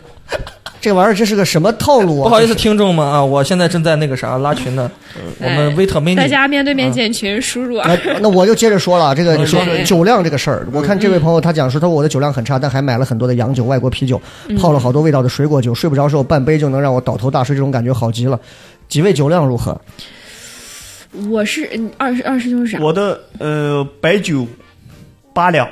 S4: 这玩意儿，这是个什么套路啊？
S6: 不好意思，听众们啊，我现在正在那个啥拉群呢，我们维特美
S5: 大
S6: 女
S5: 家面对面建群，输入啊
S4: 那那我就接着说了，啊这个你说
S5: 嗯对
S4: 酒量这个事儿，我看这
S6: 嗯
S4: 位朋友他讲说，他说我的酒量很差，但还买了很多的洋酒、外国啤酒，
S6: 嗯
S4: 泡了好多味道的水果酒，睡不着时候半杯就能让我倒头大睡，这种感觉好极了。几位酒量如何？
S5: 我是嗯二十二师兄是啥？
S7: 我的呃白酒八两，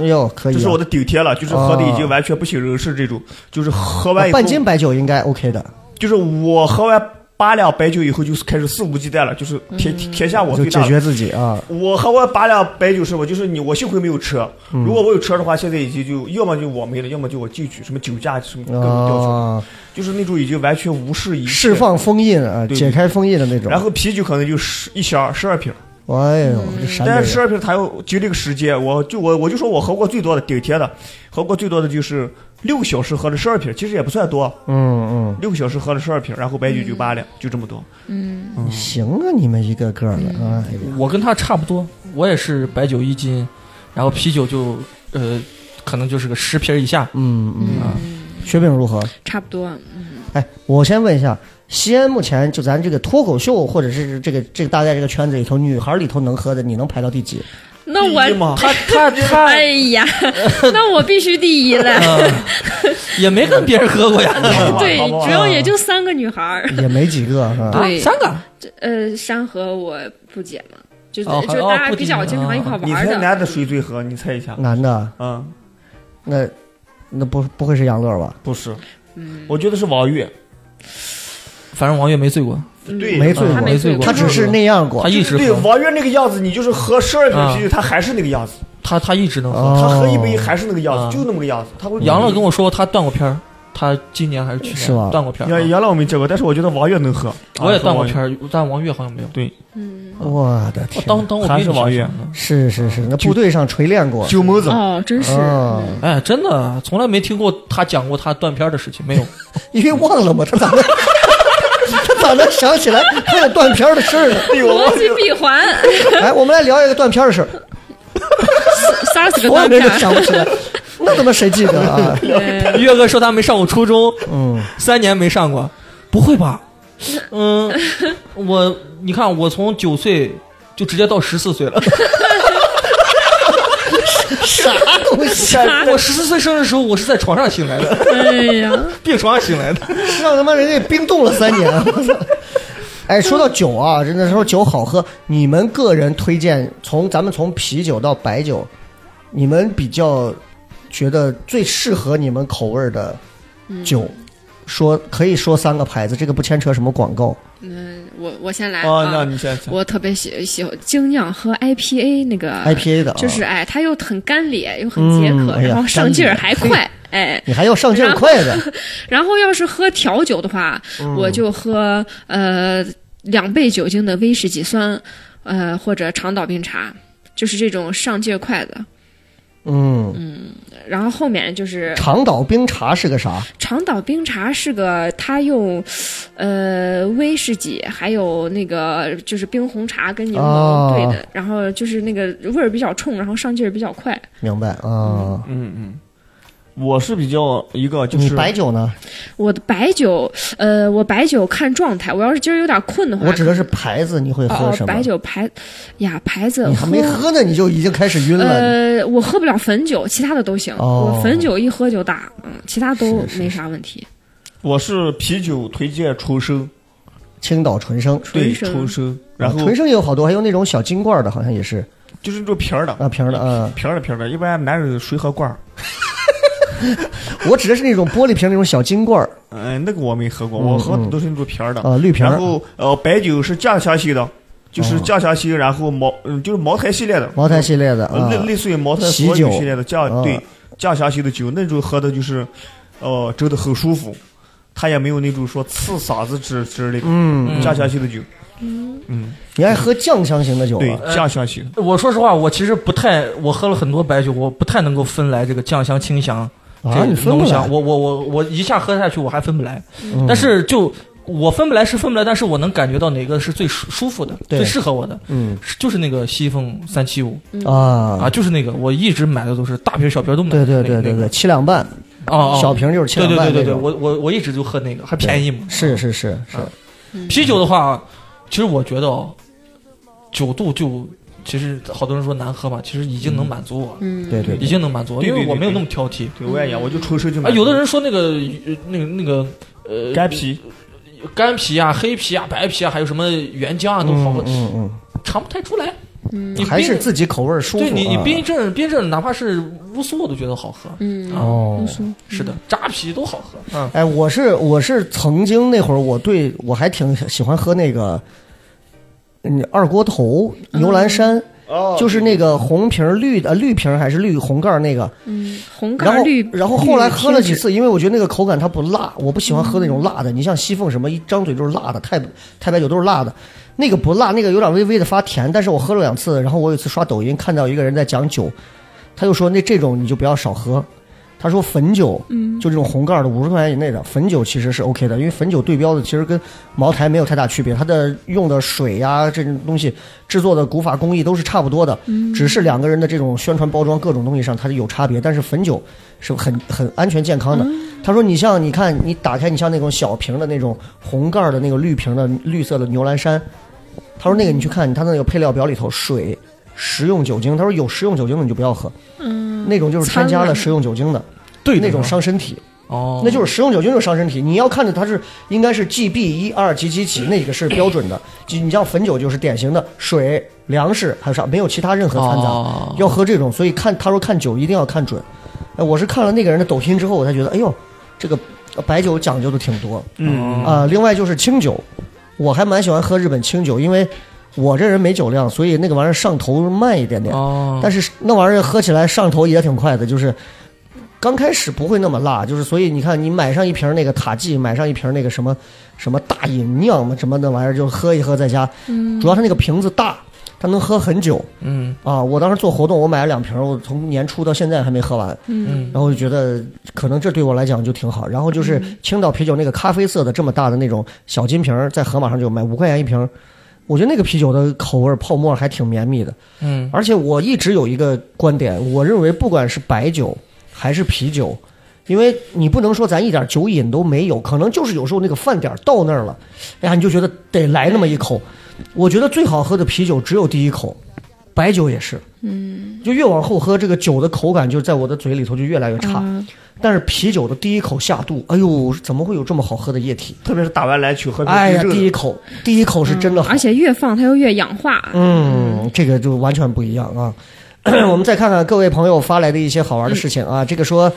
S4: 哎呦，可以、
S7: 这
S4: 啊，
S7: 是我的顶天了，就是喝的已经
S4: 哦
S7: 完全不省人事这种，就是喝完以后
S4: 啊半斤白酒应该 OK 的，
S7: 就是我喝完八两白酒以后，就是开始肆无忌惮了，就是
S5: 嗯
S7: 天天下我
S4: 就
S7: 最
S4: 解
S7: 大
S4: 决
S7: 了。
S4: 自己啊。
S7: 我喝完八两白酒是吧？就是你，我幸亏没有车。
S4: 嗯
S7: 如果我有车的话，现在已经就要么就我没了，要么就我进去什么酒驾什么各种吊车，
S4: 啊，
S7: 就是那种已经完全无视一切
S4: 释。放封印啊，
S7: 对
S4: 解开封印的那种。
S7: 然后啤酒可能就十一箱十二瓶，
S4: 哎呦，这陕
S7: 但
S4: 北
S7: 是十
S4: 人
S7: 二瓶它要就这个时间，我就我我就说我喝过最多的顶天的，喝过最多的就是六小时喝了十二瓶，其实也不算多，
S4: 嗯
S7: 六个小时喝了十二瓶，然后白酒就八两，就这么多。
S4: 嗯，行啊，你们一个个的，哎呀，
S6: 我跟他差不多，我也是白酒一斤，然后啤酒就呃，可能就是个十瓶以下。
S4: 嗯嗯，
S6: 啊
S4: 雪饼如何？
S5: 差不多。
S4: 哎，我先问一下，西安目前就咱这个脱口秀或者是这个这个大概这个圈子里头，女孩里头能喝的，你能排到第几？
S5: 那
S7: 第一
S5: 我
S7: 嘛
S6: 他他他
S5: 哎呀，那我必须第一了。
S6: 也没跟别人喝过呀，
S5: 对
S7: 好不，好
S5: 主要也就三个女孩儿。
S4: 也没几个是吧？
S6: 啊
S5: 对
S6: 三个
S5: 呃，山河我不解嘛，就是
S6: 哦
S5: 就是
S6: 哦
S5: 大家
S6: 不解
S5: 比较经常一块
S7: 你
S5: 玩
S7: 猜
S5: 的。嗯
S7: 男的谁最喝？你猜一下。
S4: 男的，
S7: 嗯，
S4: 那那不不会是杨乐吧？
S7: 不是，
S5: 嗯
S7: 嗯我觉得是王悦。
S6: 反正王月没醉过，
S7: 对，
S4: 嗯没醉
S5: 他
S4: 过，
S5: 没醉过
S4: 他只是那样过
S6: 他。一直
S7: 对
S6: 喝，啊
S7: 王悦那个样子，你就是喝十二瓶啤酒，他还是那个样子。
S6: 他他一直能喝。
S4: 哦
S7: 他喝一杯还是那个
S6: 啊
S7: 样子，就那么个样子。他会
S6: 杨乐跟我说他断过片儿，他今年还是去年
S4: 是吧
S6: 断过片
S7: 杨
S6: 儿。
S7: 杨乐我没见过，但是我觉得王悦能喝。
S6: 啊我也断过片
S7: 啊。
S6: 儿，但王月好像没有。
S7: 对，
S5: 嗯，
S4: 我的天，
S6: 当当我
S7: 还是
S6: 比你
S7: 王
S6: 小
S7: 悦
S6: 呢
S4: 是是是，那部队上锤炼过。
S7: 酒蒙子，
S5: 哦，真是。
S4: 啊，
S6: 哎，真的，从来没听过他讲过他断片儿的事情，没 有。
S4: 因为忘了嘛，他咋能 他咋能想起来还有断片儿的事儿呢？
S5: 逻辑闭环
S4: 来，我们来聊一个断片儿的事儿，
S5: ，SARS 个
S4: 所有
S5: 断
S4: 人
S5: 片
S4: 都
S5: 儿。
S4: 想不起来，那他妈谁记得啊？
S6: 岳哥说他没上过初中，
S4: 嗯，
S6: 三年没上过，不会吧？ 嗯，我你看，我从九岁就直接到十四岁 了。
S4: 啥 东西？啊
S6: 我十四岁生日的时候，我是在床上醒来的，
S5: 哎呀，
S6: 病床上醒来 的。
S4: 让他妈人家冰冻了三年。啊我操！哎，说到酒啊，真的说酒好喝，你们个人推荐从咱们从啤酒到白酒，你们比较觉得最适合你们口味儿的
S5: 嗯
S4: 酒，说可以说三个牌子，这个不牵扯什么广告。
S5: 嗯，我我先来
S6: 哦
S7: 啊，那你先猜。
S5: 我特别喜喜欢精酿喝 IPA 那个
S4: IPA 的啊
S5: 就是哎，它又很干裂，又很解
S4: 嗯
S5: 渴，
S4: 哎呀
S5: 然后上劲儿
S4: 干裂
S5: 还快，哎，
S4: 你还要上劲儿快的，
S5: 然后要是喝调酒的话，
S4: 嗯
S5: 我就喝呃两倍酒精的威士忌酸，呃或者长岛冰茶，就是这种上劲儿快的。
S4: 嗯，
S5: 然后后面就是
S4: 长岛冰茶是个啥？
S5: 长岛冰茶是个，它用，呃，威士忌还有那个就是冰红茶跟柠
S4: 哦
S5: 檬兑的，然后就是那个味儿比较冲，然后上劲儿比较快。
S4: 明白啊。
S7: 嗯嗯，我是比较一个就
S4: 你
S7: 是
S4: 白酒呢？
S5: 我的白酒，呃，我白酒看状态，我要是今儿有点困的话，
S4: 我指的是
S5: 可
S4: 牌子，你会
S5: 能哦
S4: 喝
S5: 哦
S4: 什么？
S5: 白酒牌，呀牌子
S4: 你还没喝呢，你就已经开始晕了。
S5: 呃，我喝不了汾酒，其他的都行。
S4: 哦
S5: 我汾酒一喝就大，嗯，其他都没啥问题。
S7: 我是啤酒推荐纯生，
S4: 青岛纯生，啊
S7: 对
S5: 纯生
S7: 纯生，然后
S4: 纯生也有好多，还有那种小金罐的，好像也是
S7: 就是这种瓶儿的
S4: 啊瓶儿的啊。
S7: 瓶儿的瓶儿的，一般男人谁喝罐儿？
S4: 我指的是那种玻璃瓶那种小金罐儿
S7: 嗯、那个我没喝过，我喝的都是那种瓶儿的。
S4: 嗯啊，绿瓶
S7: 然
S4: 儿。哦
S7: 后呃，白酒是酱香系的，就是酱香系，然后茅嗯就是茅台系列的，
S4: 茅台系列的
S7: 呃
S4: 啊
S7: 类、，类似于茅台
S4: 喜
S7: 所
S4: 酒
S7: 有系列的酱、
S4: 啊
S7: 对酱香系的酒，那种喝的就是，呃，真的很舒服，它也没有那种说刺嗓子之之类的。
S4: 嗯，
S7: 酱香系的酒，
S4: 你爱喝酱香型的酒
S7: 对
S4: 啊？
S6: 哦
S7: 酱香系，
S6: 我说实话，我其实不太，我喝了很多白酒，我不太能够分来这个酱香、清香、
S4: 啊，你
S6: 这
S4: 分不
S6: 浓
S4: 来嗯
S6: 香。。我我我我一下喝下去，我还分不来。但是就我分不来是分不来，但是我能感觉到哪个是最舒舒服的，
S4: 对
S6: 最适合我的，
S4: 嗯
S6: 是就是那个西凤三七五
S5: 嗯
S6: 啊，
S4: 啊，
S6: 就是那个，我一直买的都是大瓶小瓶都买。
S4: 对对对对
S6: 那个
S4: 对，，七两半，
S6: 哦哦，
S4: 小瓶就是七
S6: 对
S4: 两
S6: 对
S4: 半
S6: 对
S4: 那
S6: 对对，
S4: 种。
S6: 我我我一直就喝那个，还便宜嘛。
S4: 是是是是，
S7: 啊
S6: 啤酒的话，其实我觉得哦，九度就其实好多人说难喝嘛，其实已经能满足我，
S5: 嗯，
S4: 对对
S6: 已
S4: 对，嗯
S6: 经能满足我，
S7: 对
S6: 因
S7: 对
S6: 为我
S7: 对
S6: 没有
S7: 对
S6: 那么挑剔。
S7: 对我也一样，我就纯生就买。
S6: 啊，有的人说那个呃那个那个呃
S7: 干啤，
S6: 干啤啊、黑啤啊、白啤啊，还有什么原浆啊都好喝，
S4: 嗯嗯
S6: 尝不太出来。你
S4: 嗯，还是
S6: 冰
S4: 自己口味儿舒服啊。
S6: 对你你冰镇冰镇，哪怕是乌苏我都觉得好喝。
S5: 嗯
S6: 啊，
S4: 哦，
S6: 是的，扎啤都好喝。嗯，
S4: 哎，我是我是曾经那会儿，我对我还挺喜欢喝那个，嗯，二锅头牛栏山，
S7: 哦
S4: 就是那个红瓶儿绿的呃绿瓶儿还是绿红盖儿那个，
S5: 嗯，红
S4: 然
S5: 盖
S4: 后
S5: 绿，
S4: 然后后来喝了几次，因为我觉得那个口感它不辣，我不喜欢喝那
S5: 嗯
S4: 种辣的。你像西凤什么，一张嘴就是辣的，太太白酒都是辣的，那个不辣，那个有点微微的发甜。但是我喝了两次，然后我有一次刷抖音看到一个人在讲酒，他就说那这种你就不要少喝。他说汾酒，嗯，就这种红盖儿的五十块钱以内的汾酒其实是 OK 的，因为汾酒对标的其实跟茅台没有太大区别，它的用的水呀、这种东西制作的古法工艺都是差不多的，只是两个人的这种宣传包装各种东西上它是有差别，但是汾酒是很很安全健康的。他说你像你看你打开你像那种小瓶的那种红盖儿的那个绿瓶的绿色的牛栏山，他说那个你去看它那个配料表里头水。食用酒精，他说有食用酒精的你就不要喝，
S5: 嗯，
S4: 那种就是添加
S5: 掺
S4: 了
S5: 了
S4: 食用酒精的，
S6: 对
S4: 那种伤身体，
S6: 哦，
S4: 那就是食用酒精就伤身体。你要看着它是应该是 GB 一二几几几那个 是标准的，就你像汾酒就是典型的水、粮食还有啥没有其他任何掺杂，
S6: 哦
S4: 要喝这种。所以看他说看酒一定要看准。哎，我是看了那个人的抖音之后，我才觉得，哎呦，这个白酒讲究的挺多。
S7: 嗯，
S4: 啊、另外就是清酒，我还蛮喜欢喝日本清酒，因为我这人没酒量，所以那个玩意儿上头慢一点点。
S6: 哦，
S4: 但是那玩意儿喝起来上头也挺快的，就是刚开始不会那么辣，就是所以你看，你买上一瓶那个塔记，买上一瓶那个什么什么大饮酿嘛，什么那玩意儿，就喝一喝在家。主要它那个瓶子大，它能喝很久
S6: 嗯
S4: 啊。我当时做活动，我买了两瓶，我从年初到现在还没喝完。
S6: 嗯
S4: 然后我就觉得可能这对我来讲就挺好。然后就是青岛啤酒那个咖啡色的这么大的那种小金瓶儿，在盒马上就买五块钱一瓶儿，我觉得那个啤酒的口味儿泡沫还挺绵密的。
S6: 嗯，
S4: 而且我一直有一个观点，我认为不管是白酒还是啤酒，因为你不能说咱一点酒瘾都没有，可能就是有时候那个饭点儿到那儿了， 哎呀，你就觉得得来那么一口。我觉得最好喝的啤酒只有第一口，白酒也是。嗯，就越往后喝，这个酒的口感就在我的嘴里头就越来越差。
S5: 啊
S4: 但是啤酒的第一口下肚，哎呦，怎么会有这么好喝的液体？
S7: 特别是打完篮球喝
S4: 哎
S7: 杯
S4: 呀，
S7: 热
S4: 第一
S7: 的，
S4: 口，第一口是真的好。
S5: 而且越放它又越氧化。
S4: 嗯，这个就完全不一样啊。 我们再看看各位朋友发来的一些好玩的事情啊。这个说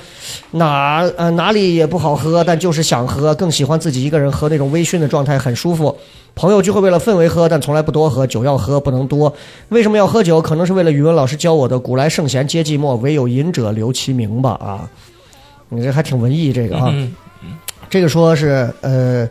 S4: 哪呃哪里也不好喝，但就是想喝，更喜欢自己一个人喝那种微醺的状态，很舒服。朋友聚会为了氛围喝，但从来不多喝，酒要喝不能多。为什么要喝酒？可能是为了语文老师教我的“古来圣贤皆寂寞，唯有饮者留其名”吧啊。你这还挺文艺这个啊。
S6: 嗯
S4: 这个说是呃，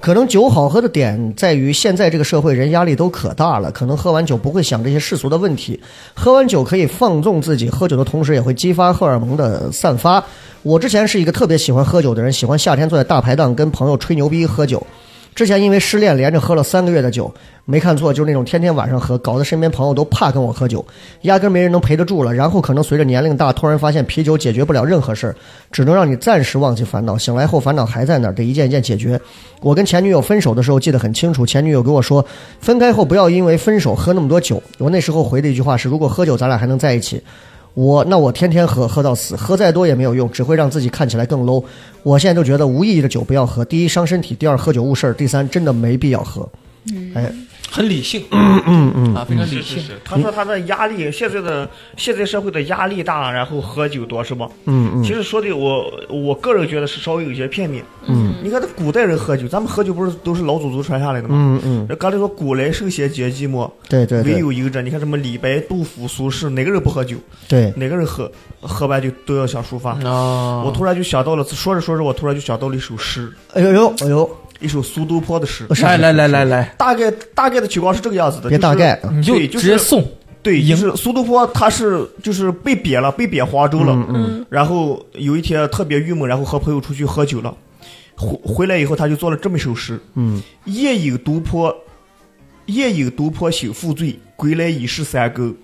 S4: 可能酒好喝的点在于，现在这个社会人压力都可大了，可能喝完酒不会想这些世俗的问题，喝完酒可以放纵自己，喝酒的同时也会激发荷尔蒙的散发。我之前是一个特别喜欢喝酒的人，喜欢夏天坐在大排档跟朋友吹牛逼喝酒。之前因为失恋连着喝了三个月的酒，没看错，就是那种天天晚上喝，搞得身边朋友都怕跟我喝酒，压根没人能陪得住了。然后可能随着年龄大，突然发现啤酒解决不了任何事儿，只能让你暂时忘记烦恼。醒来后烦恼还在那儿，得一件一件解决。我跟前女友分手的时候记得很清楚，前女友跟我说，分开后不要因为分手喝那么多酒。我那时候回的一句话是，如果喝酒咱俩还能在一起。我那我天天喝，喝到死，喝再多也没有用，只会让自己看起来更 low。我现在就觉得无意义的酒不要喝，第一伤身体，第二喝酒误事儿，第三真的没必要喝。哎，
S6: 很理性，嗯嗯嗯啊，非常理
S2: 是是
S6: 性。
S2: 是，
S7: 他说他的压力，现在的现在社会的压力大，然后喝酒多是吧？
S4: 嗯嗯
S7: 其实说的我我个人觉得是稍微有些片面。嗯，你看他古代人喝酒，咱们喝酒不是都是老祖宗传下来的吗？
S4: 嗯嗯，
S7: 嗯，刚才说古来圣贤皆寂寞，
S4: 对对
S7: 唯
S4: 对
S7: 有一个人。你看什么李白、杜甫、苏轼，哪个人不喝酒？
S4: 对，
S7: 哪个人喝喝完就都要想抒发。
S4: 嗯
S6: 啊，
S7: 我突然就想到了，说着说着，我突然就想到了一首诗，
S4: 哎呦呦哎呦，
S7: 一首苏东坡的诗。
S6: 来来来来来，
S7: 大概大概的情况是这个样子的，
S4: 别
S7: 就是
S4: 大概，啊
S6: 你就
S7: 对就
S6: 直
S7: 是
S6: 接送，
S7: 对，
S6: 赢
S7: 就是苏东坡，他是就是被贬了，被贬华州了。嗯。然后有一天特别郁闷，然后和朋友出去喝酒了，回回来以后他就做了这么一首诗：
S4: 嗯，
S7: 夜饮独坡，夜饮独坡醒复醉，归来已是三更。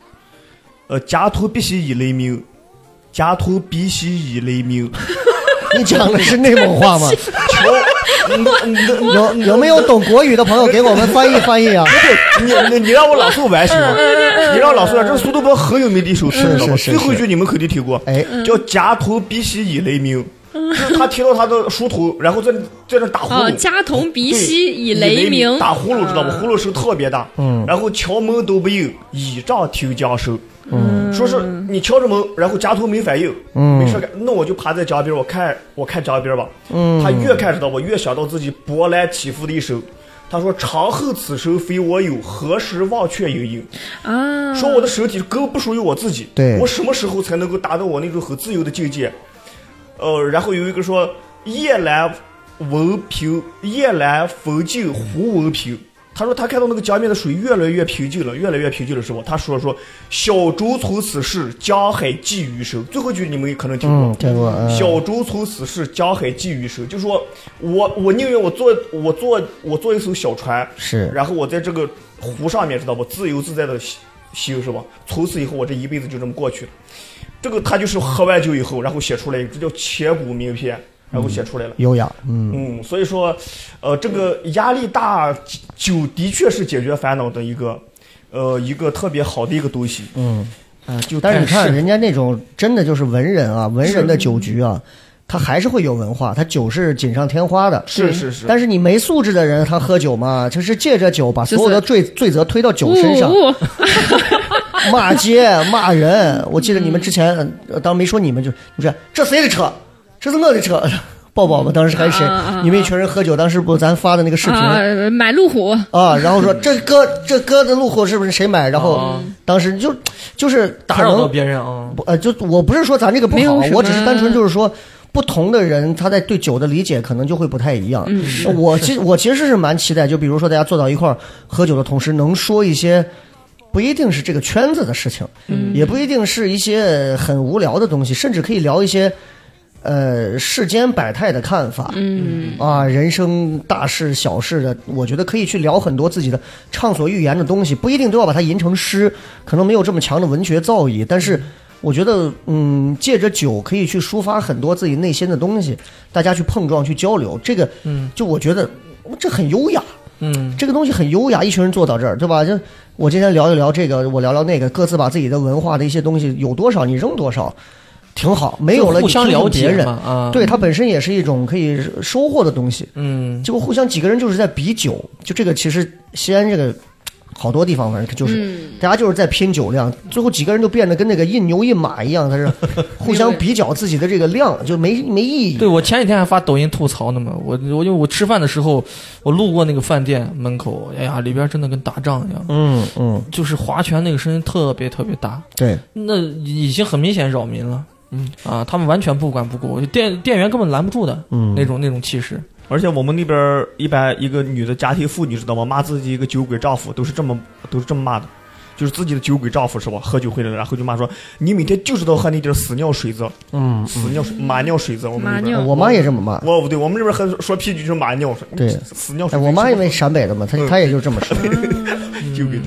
S7: 呃，家徒必喜以雷鸣，家徒必喜以雷鸣。
S4: 你讲的是内蒙话吗？
S7: 嗯我
S4: 有有没有懂国语的朋友给我们翻译翻译啊？
S7: 你你你让我朗诵完行
S5: 嗯
S7: 吗？你让我朗诵完，这是苏东坡很有名的一首诗，
S4: 是
S7: 你知道吗？
S4: 是是
S7: 最后一
S4: 是
S7: 句你们肯定听过，
S4: 哎，
S7: 叫“家徒比喜以雷鸣”，就是他提到他的书童，然后在在那打呼
S5: 嗯哦，
S7: 噜。
S5: 家童鼻
S7: 对
S5: 息以雷鸣，啊
S7: 打呼噜知道吗？呼噜声特别大，
S4: 嗯
S7: 然后敲门都不应，倚杖听江声，嗯，说是你敲着门，然后家徒没反应，
S4: 嗯
S7: 没事干，那我就趴在江边，我看我看江边吧，
S4: 嗯
S7: 他越看知道我越想到自己波澜起伏的一生。他说：“长恨此生非我有，何时忘却营营。”
S5: 啊，
S7: 说我的身体根本不属于我自己，
S4: 对
S7: 我什么时候才能够达到我那种很自由的境界？呃，然后有一个说夜来文平，夜来风静胡文平。他说他看到那个江面的水越来越平静了，越来越平静的时候，他说说小舟从此逝，江海寄余生。最后一句你们也可能听过，
S4: 嗯，听过。嗯
S7: 小舟从此逝，江海寄余生。就说我我宁愿我坐我坐我坐一艘小船，
S4: 是
S7: 然后我在这个湖上面知道吧，自由自在的行是吧？从此以后我这一辈子就这么过去了。这个他就是喝完酒以后，然后写出来，这叫千古名篇，然后写出来了。
S4: 优雅，嗯，
S7: 嗯，所以说，呃，这个压力大，酒的确是解决烦恼的一个，呃，一个特别好的一个东西。嗯，啊，就
S4: 但是你
S7: 是
S4: 看人家那种真的就是文人啊，文人的酒局啊，他还是会有文化，他酒是锦上添花的。
S7: 是是是，
S4: 但是你没素质的人，他喝酒嘛，就是借着酒把所有的罪罪责推到酒身上，
S5: 呜呜
S4: 骂街骂人。我记得你们之前，呃当然没说你们，就就是这谁的车？这是我的车。抱抱吧，当时还是谁
S5: 啊啊啊？
S4: 你们一群人喝酒，当时不咱发的那个视频
S5: 啊，买路虎，
S4: 啊，然后说这哥这哥的路虎是不是谁买？然后当时就就是
S6: 打
S4: 可
S6: 扰到
S4: 能
S6: 别人啊，
S4: 不呃，就我不是说咱这个不
S5: 没
S4: 好
S5: 有什，么
S4: 我只是单纯就是说。不同的人，他在对酒的理解可能就会不太一样。
S5: 嗯
S4: 呃 我其我其实是蛮期待，就比如说大家坐到一块儿喝酒的同时，能说一些不一定是这个圈子的事情，
S5: 嗯
S4: 也不一定是一些很无聊的东西，甚至可以聊一些呃世间百态的看法。嗯啊，人生大事小事的，我觉得可以去聊很多自己的畅所欲言的东西，不一定都要把它吟成诗，可能没有这么强的文学造诣，但是。我觉得，嗯，借着酒可以去抒发很多自己内心的东西，大家去碰撞、去交流，这个，嗯，就我觉得这很优雅，
S6: 嗯，
S4: 这个东西很优雅，一群人坐到这儿，对吧？就我今天聊一聊这个，我聊聊那个，各自把自己的文化的一些东西有多少，你扔多少，挺好。没有了，
S6: 就互相
S4: 你尊重
S6: 了解
S4: 别人
S6: 嘛啊
S4: 对它本身也是一种可以收获的东西。
S6: 嗯，
S4: 结果互相几个人就是在比酒，就这个其实西安这个好多地方反正就是、大家就是在拼酒量，最后几个人就变得跟那个印牛印马一样，他是互相比较自己的这个量，就没没意义。
S6: 对，我前几天还发抖音吐槽呢嘛，我我因为我吃饭的时候，我路过那个饭店门口，哎呀，里边真的跟打仗一样，
S4: 嗯嗯，
S6: 就是划拳那个声音特别特别大，
S4: 对，
S6: 那已经很明显扰民了。嗯啊，他们完全不管不顾，店店员根本拦不住的，嗯，那种那种气势，
S7: 而且我们那边儿一般一个女的家庭妇女知道吗？骂自己一个酒鬼丈夫都是这么都是这么骂的，就是自己的酒鬼丈夫是吧？喝酒回来了，然后就骂说你每天就知道喝那点儿死尿水子，
S4: 嗯，
S7: 死尿水马尿水子。我们那
S5: 马
S7: 边
S5: 尿
S7: 儿，
S4: 我妈也这么骂。
S7: 我不对，我们这边儿很说啤酒就是马尿水，
S4: 对
S7: 死尿
S4: 哎，
S7: 水子。
S4: 我妈因为陕北的嘛，她她也就这么说。
S7: 酒鬼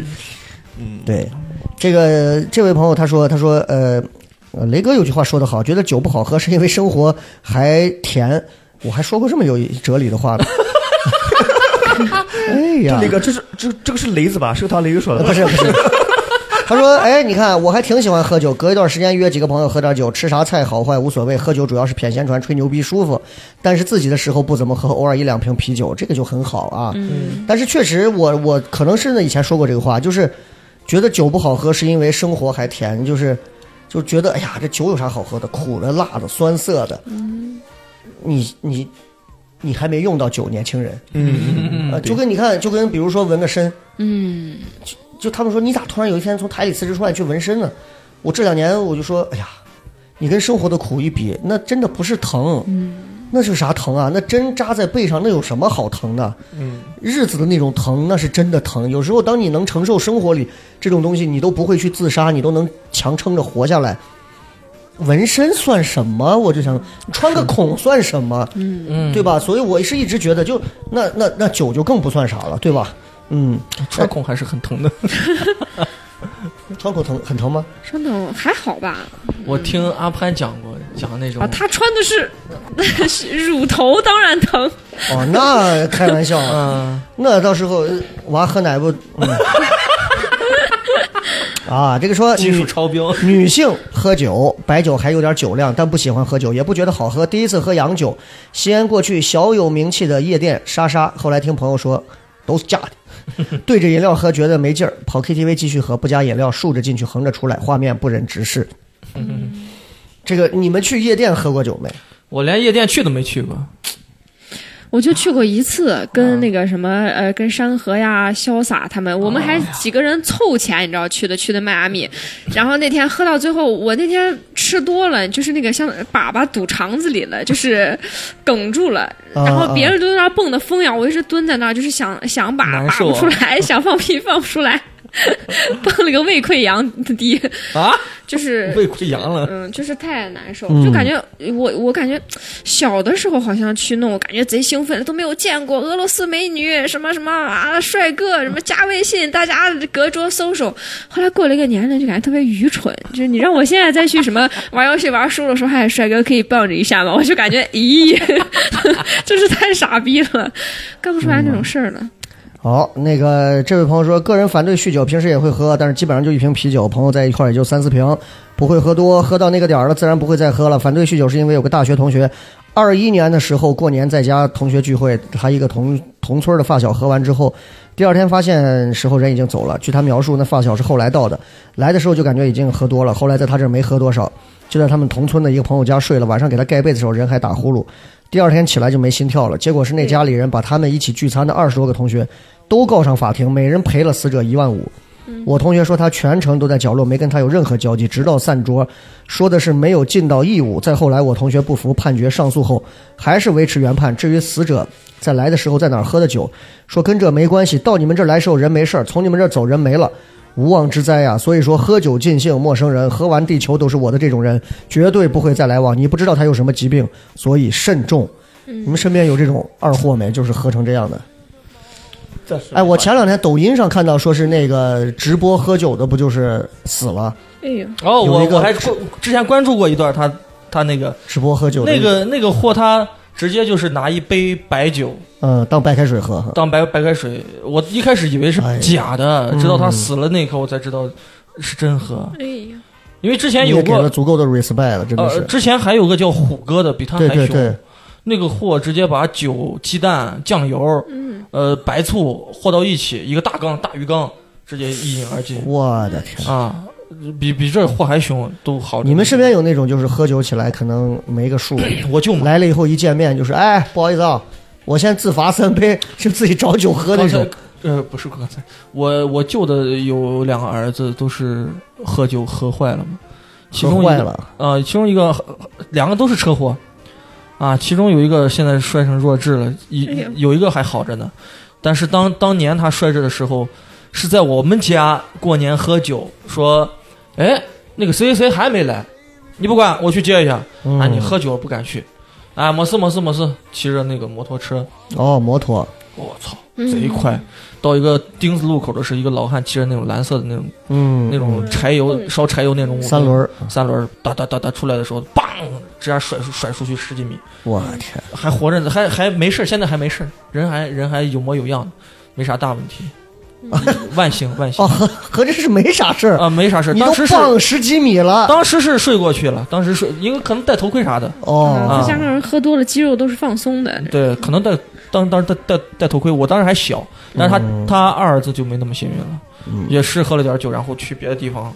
S7: 对
S4: 对，这个这位朋友他说，他说，呃，呃雷哥有句话说得好，觉得酒不好喝是因为生活还甜。我还说过这么有哲理的话呢。 哎呀，
S7: 那个这是这这个是雷子吧？是他雷子说
S4: 呃
S7: 的，
S4: 不是不是。他说：“哎，你看，我还挺喜欢喝酒，隔一段时间约几个朋友喝点酒，吃啥菜好坏无所谓，喝酒主要是谝闲传、吹牛逼，舒服。但是自己的时候不怎么喝，偶尔一两瓶啤酒，这个就很好啊。嗯、但是确实我，我可能是以前说过这个话，就是觉得酒不好喝，是因为生活还甜，就是就觉得哎呀，这酒有啥好喝的？苦的、辣的、酸涩的。嗯、你你你还没用到酒，年轻人。
S7: 嗯
S4: 呃，
S7: 嗯，
S4: 就跟你看，就跟比如说纹个身，嗯，就就他们说你咋突然有一天从台里辞职出来去纹身呢？我这两年我就说，哎呀，你跟生活的苦一比，那真的不是疼，嗯，那是啥疼啊？那针扎在背上，那有什么好疼的？嗯，日子的那种疼，那是真的疼。有时候当你能承受生活里这种东西，你都不会去自杀，你都能强撑着活下来。纹身算什么？我就想穿个孔算什么？嗯，对吧？所以我是一直觉得就，那那那酒就更不算啥了，对吧？嗯，
S6: 穿孔还是很疼的。
S4: 穿孔疼很疼吗？
S5: 穿的还好吧？
S6: 我听阿潘讲过，讲那种
S5: 啊，他穿的是是 乳头，当然疼。
S4: 哦，那开玩笑，啊，
S6: 嗯，
S4: 那到时候呃娃喝奶不？嗯、 啊，这个说
S6: 技
S4: 女
S6: 术超标。
S4: 女性喝酒，白酒还有点酒量，但不喜欢喝酒，也不觉得好喝。第一次喝洋酒，西安过去小有名气的夜店莎莎，后来听朋友说都是假的， 对着饮料喝觉得没劲儿，跑 KTV 继续喝，不加饮料，竖着进去，横着出来，画面不忍直视。这个你们去夜店喝过酒没？
S6: 我连夜店去都没去过，
S5: 我就去过一次，
S6: 嗯
S5: 跟那个什么呃，跟山河呀、潇洒他们，我们还几个人凑钱，你知道去的去的迈阿密，然后那天喝到最后，我那天吃多了，就是那个像粑粑堵肠子里了，就是梗住了，
S4: 啊
S5: 然后别人都在那儿蹦的疯呀，我一直蹲在那儿，就是想想把
S6: 难
S5: 拔
S6: 受
S5: 不
S6: 啊
S5: 出来， 想放屁放不出来， 蹦了个胃溃疡的，
S6: 啊，
S5: 就是
S6: 胃溃疡 了。
S5: 嗯，就是太难受，
S4: 嗯
S5: 就感觉我我感觉小的时候好像去弄，我感觉贼兴奋，都没有见过俄罗斯美女什么什么啊，帅哥什么加微信，大家隔桌搜手。后来过了一个年龄，就感觉特别愚蠢，就是你让我现在再去什么玩游戏玩输了说，嗨，帅哥可以抱着一下吗？我就感觉咦， 真是太傻逼了，干不出来那种事儿了。
S4: 好，那个这位朋友说，个人反对酗酒，平时也会喝，但是基本上就一瓶啤酒，朋友在一块儿也就三四瓶，不会喝多，喝到那个点儿了，自然不会再喝了。反对酗酒是因为有个大学同学，二一年的时候过年在家同学聚会，他一个同同村的发小喝完之后，第二天发现时候人已经走了。据他描述，那发小是后来到的，来的时候就感觉已经喝多了，后来在他这儿没喝多少，就在他们同村的一个朋友家睡了，晚上给他盖被子的时候人还打呼噜。第二天起来就没心跳了，结果是那家里人把他们一起聚餐的二十多个同学都告上法庭，每人赔了死者一万五。我同学说他全程都在角落，没跟他有任何交集，直到散桌，说的是没有尽到义务。再后来，我同学不服判决上诉后，还是维持原判。至于死者在来的时候在哪儿喝的酒，说跟这没关系，到你们这儿来时候人没事儿，从你们这儿走人没了。无妄之灾呀、啊所以说喝酒尽兴，陌生人喝完地球都是我的这种人，绝对不会再来往。你不知道他有什么疾病，所以慎重。你们身边有这种二货没？就是喝成这样的。
S7: 嗯这 是
S4: 哎，我前两天抖音上看到说是那个直播喝酒的，不就是死了？
S5: 哎呦，
S6: 哦，
S4: 有
S6: 我
S4: 一个
S6: 我还关之前关注过一段他他那个
S4: 直播喝酒的
S6: 那个那个货，他直接就是拿一杯白酒
S4: 嗯，当白开水喝。
S6: 当白白开水。我一开始以为是
S4: 哎呀
S6: 假的，
S4: 嗯
S6: 直到他死了那一刻，我才知道是真喝。
S5: 哎呦，
S6: 因为之前
S4: 你
S6: 有
S4: 也给了
S6: 过
S4: 足够的 respect 了，真的
S6: 呃，
S4: 是。
S6: 之前还有个叫虎哥的，比他
S4: 对
S6: 还
S4: 对
S6: 凶。
S4: 对，
S6: 那个货直接把酒、鸡蛋、酱油、呃白醋和到一起，一个大缸大鱼缸直接一饮而尽
S4: 我的天！
S6: 啊，比比这货还凶，都好。
S4: 你们身边有那种就是喝酒起来可能没个数，
S6: 我舅妈
S4: 来了以后一见面就是哎不好意思啊，我先自罚三杯，是自己找酒喝那
S6: 刚才
S4: 种。
S6: 呃，不是刚才，我我舅的有两个儿子都是喝酒喝坏了嘛，其
S4: 喝
S6: 中一
S4: 坏
S6: 个啊
S4: 了，
S6: 呃，其中一个两个都是车祸，啊，其中有一个现在摔成弱智了，一
S5: 哎呦
S6: 有一个还好着呢，但是当当年他摔着的时候，是在我们家过年喝酒，说，哎，那个谁谁谁还没来，你不管，我去接一下。
S4: 嗯
S6: 啊，你喝酒了不敢去，啊，没事没事没事，骑着那个摩托车，
S4: 哦，摩托，
S6: 我操，贼快，到一个丁字路口的时候，一个老汉骑着那种蓝色的那种
S4: 嗯，
S6: 那种柴油烧柴油那种
S4: 三轮儿，
S6: 三轮儿哒哒哒哒出来的时候，梆，直接甩出甩出去十几米，
S4: 我天，
S6: 还活着呢，还还没事儿，现在还没事儿，人还人还有模有样的，没啥大问题， 万幸万幸
S4: 哦，合合着是没啥事儿，
S6: 啊，没啥事儿。
S4: 你都
S6: 当时是
S4: 放十几米了，
S6: 当时是睡过去了，当时睡，因为可能戴头盔啥的，
S4: 哦，
S5: 啊
S6: 啊
S5: 再加上人喝多了，肌肉都是放松的。
S6: 对，可能戴当当时戴戴戴头盔，我当时还小，但是他、
S4: 嗯
S6: 他二儿子就没那么幸运了，
S4: 嗯
S6: 也是喝了点酒，然后去别的地方，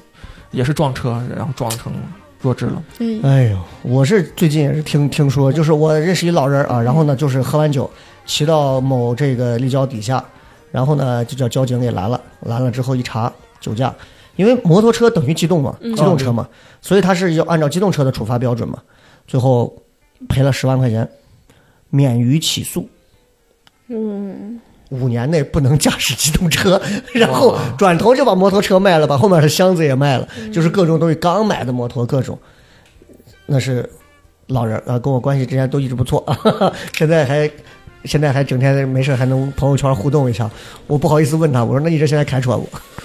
S6: 也是撞车，然后撞成弱智了。
S5: 嗯，
S4: 哎呦，我是最近也是听听说，就是我认识一老人儿啊，然后呢，就是喝完酒骑到某这个立交底下，然后呢就叫交警给拦了，拦了之后一查酒驾，因为摩托车等于机动嘛，机动车嘛，所以他是要按照机动车的处罚标准嘛，最后赔了十万块钱，免于起诉。
S5: 嗯
S4: 五年内不能驾驶机动车， 然后转头就把摩托车卖了，把后面的箱子也卖了，就是各种东西，刚买的摩托各种，那是老人啊，跟我关系之前都一直不错， 现在还现在还整天没事还能朋友圈互动一下，我不好意思问他，我说那你这现在开车不？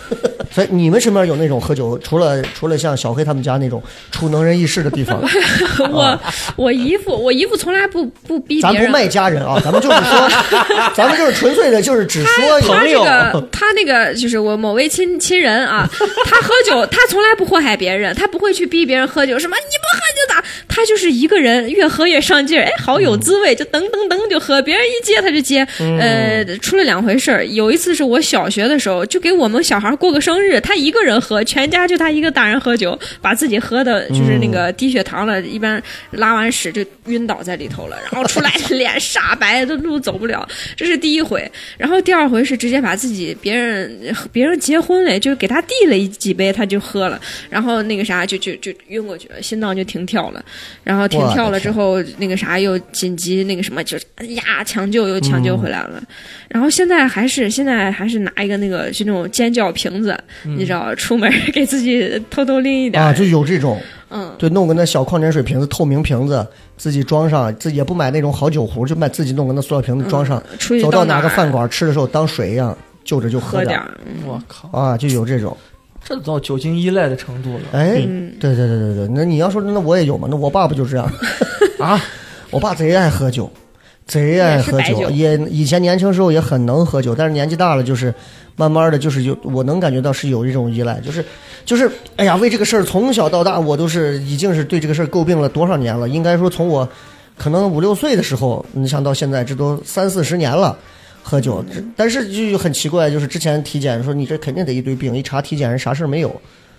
S4: 所以你们身边有那种喝酒，除了除了像小黑他们家那种出能人异事的地 方，
S5: 我我姨夫，我姨夫从来不不逼
S4: 咱
S5: 别
S4: 不
S5: 人。
S4: 卖家人啊，咱们就是说， 咱们就是纯粹的，就是只说
S5: 他
S4: 朋
S5: 这
S4: 友。
S5: 个，他那个就是我某位亲亲 人啊，他喝酒，他从来不祸害别人，他不会去逼别人喝酒，什么你不喝就打，他就是一个人越喝越上劲儿，哎，好有滋味，就噔噔噔就喝，别人一接他就接，
S4: 嗯
S5: 呃，出了两回事儿，有一次是我小学的时候，就给我们小孩儿过个生日，他一个人喝，全家就他一个大人喝酒，把自己喝的就是那
S4: 嗯
S5: 个低血糖了，一般拉完屎就晕倒在里头了，然后出来脸煞白，都路走不了，这是第一回。然后第二回是直接把自己别人别人结婚了，就是给他递了一几杯，他就喝了，然后那个啥就就就晕过去了，心脏就停跳了，然后停跳了之后那个啥又紧急那个什么，就是哎呀抢救又抢救回来了，然后现在还是现在还是拿一个那个是那种尖叫瓶子，你知道，出门给自己偷偷拎一点儿，
S4: 啊，就有这种，
S5: 嗯，
S4: 对，弄个那小矿泉水瓶子、透明瓶子，自己装上，自己也不买那种好酒壶，就买自己弄个那塑料瓶子装上，
S5: 出去
S4: 走
S5: 到
S4: 哪
S5: 儿
S4: 个饭馆吃的时候当水一样，就着就
S5: 喝
S4: 点
S5: 点
S4: 儿
S5: 儿，嗯
S6: 我靠，
S4: 啊，就有这种。
S6: 这到酒精依赖的程度 了
S4: 哎，对对对对对，那你要说那我也有嘛？那我爸不就这 样？
S6: 啊！
S4: 我爸贼爱喝酒，贼爱喝
S5: 也是白酒
S4: 也以前年轻时候也很能喝酒，但是年纪大了就是，慢慢的就是有，我能感觉到是有一种依赖，就是就是，哎呀，为这个事儿从小到大我都是已经是对这个事儿诟病了多少年了，应该说从我可能五六岁的时候，你想到现在这都三四十年了。喝酒，这
S5: 嗯
S4: 但是就很奇怪，就是之前体检说你这肯定得一堆病，一查体检人啥事儿没有，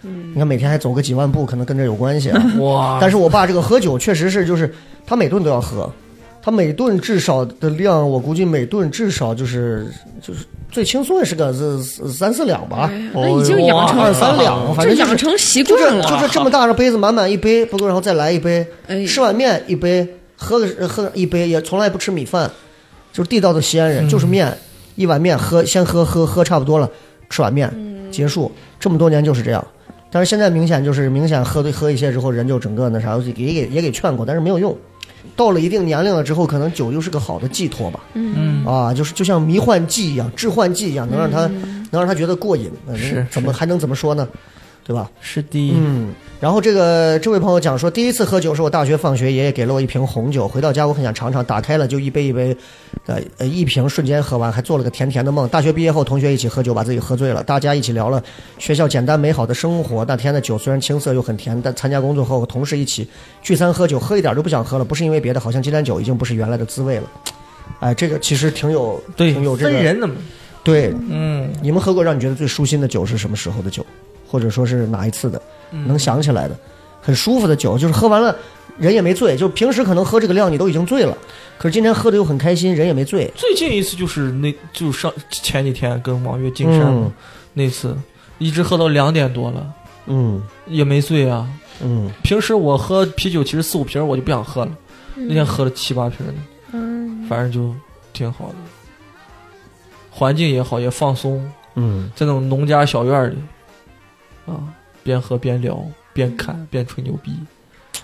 S5: 嗯
S4: 你看每天还走个几万步，可能跟这有关系啊。
S6: 哇，
S4: 但是我爸这个喝酒确实是，就是他每顿都要喝，他每顿至少的量，我估计每顿至少就是就是最轻松也是个三三四两吧，
S5: 那已经养成
S4: 二三两，反正
S5: 这
S4: 就是
S5: 养成习
S4: 啊就这
S5: 惯了，
S4: 就这这么大的杯子，满满一杯，不够，然后再来一杯，
S6: 嗯
S5: 哎
S4: 吃碗面一杯，喝个喝一杯，也从来不吃米饭，就是地道的西安
S6: 嗯
S4: 人，就是面，一碗面喝，先喝喝喝差不多了，吃碗面
S6: 嗯
S4: 结束，这么多年就是这样。但是现在明显就是明显喝对喝一些之后，人就整个那啥，也给也给劝过，但是没有用。到了一定年龄了之后，可能酒又是个好的寄托吧，嗯啊，就是就像迷幻剂一样、致幻剂一样，能让他、能让他觉得过瘾。呃
S6: 嗯是
S4: 怎么还能怎么说呢？对吧？
S6: 是的，
S4: 嗯，然后这个这位朋友讲说，第一次喝酒是我大学放学，爷爷给了我一瓶红酒，回到家我很想尝尝，打开了就一杯一杯，呃呃一瓶瞬间喝完，还做了个甜甜的梦。大学毕业后，同学一起喝酒，把自己喝醉了，大家一起聊了学校简单美好的生活。那天的酒虽然青涩又很甜，但参加工作后和同事一起聚餐喝酒，喝一点都不想喝了，不是因为别的，好像鸡蛋酒已经不是原来的滋味了。哎，这个其实挺有
S6: 对，
S4: 挺有这
S6: 分
S4: 个
S6: 人的嘛，
S4: 对
S6: 嗯，
S4: 你们喝过让你觉得最舒心的酒是什么时候的酒，或者说是哪一次的，能想起来的，很舒服的酒，就是喝完了人也没醉，就平时可能喝这个量你都已经醉了，可是今天喝的又很开心，人也没醉。
S6: 最近一次就是那就上前几天跟王月进山嘛、
S4: 嗯
S6: 那次，一直喝到两点多了，
S4: 嗯
S6: 也没醉啊。
S4: 嗯
S6: 平时我喝啤酒其实四五瓶我就不想喝了，嗯那天喝了七八瓶儿呢，
S5: 嗯，
S6: 反正就挺好的，环境也好，也放松，
S4: 嗯，
S6: 在那种农家小院儿里，啊，边喝边聊，边看边吹牛逼，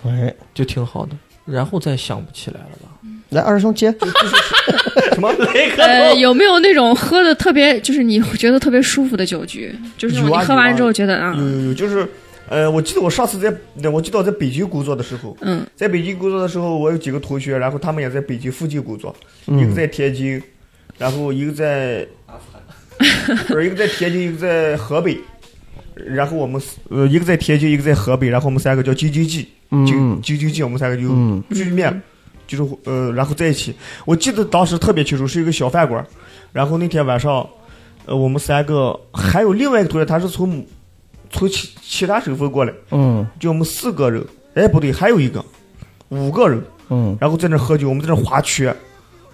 S4: 哎，
S6: 就挺好的。然后再想不起来了吧？
S4: 来二师兄接，
S7: 什么雷 克
S5: 呃，有没有那种喝的特别，就是你觉得特别舒服的酒局？就是那种
S7: 有啊
S5: 你喝完
S7: 有啊
S5: 之后觉得啊，
S7: 有有有，就是，呃，我记得我上次在，我记得我在北京工作的时候，
S5: 嗯
S7: 在北京工作的时候，我有几个同学，然后他们也在北京附近工作，
S4: 嗯
S7: 一个在天津，然后一 个在，不是一个在天津，一个在河北，然后我们四呃一个在天津，一个在河北，然后我们三个叫 GGG，
S4: 嗯
S7: 就 GGG，我们三个就
S4: 嗯
S7: 聚面，就是呃然后在一起。我记得当时特别清楚，是一个小饭馆，然后那天晚上，呃我们三个还有另外一个同学，他是从从其其他省份过来，
S4: 嗯
S7: 就我们四个人，哎不对，还有一个五个人。
S4: 嗯
S7: 然后在那喝酒，我们在那划圈。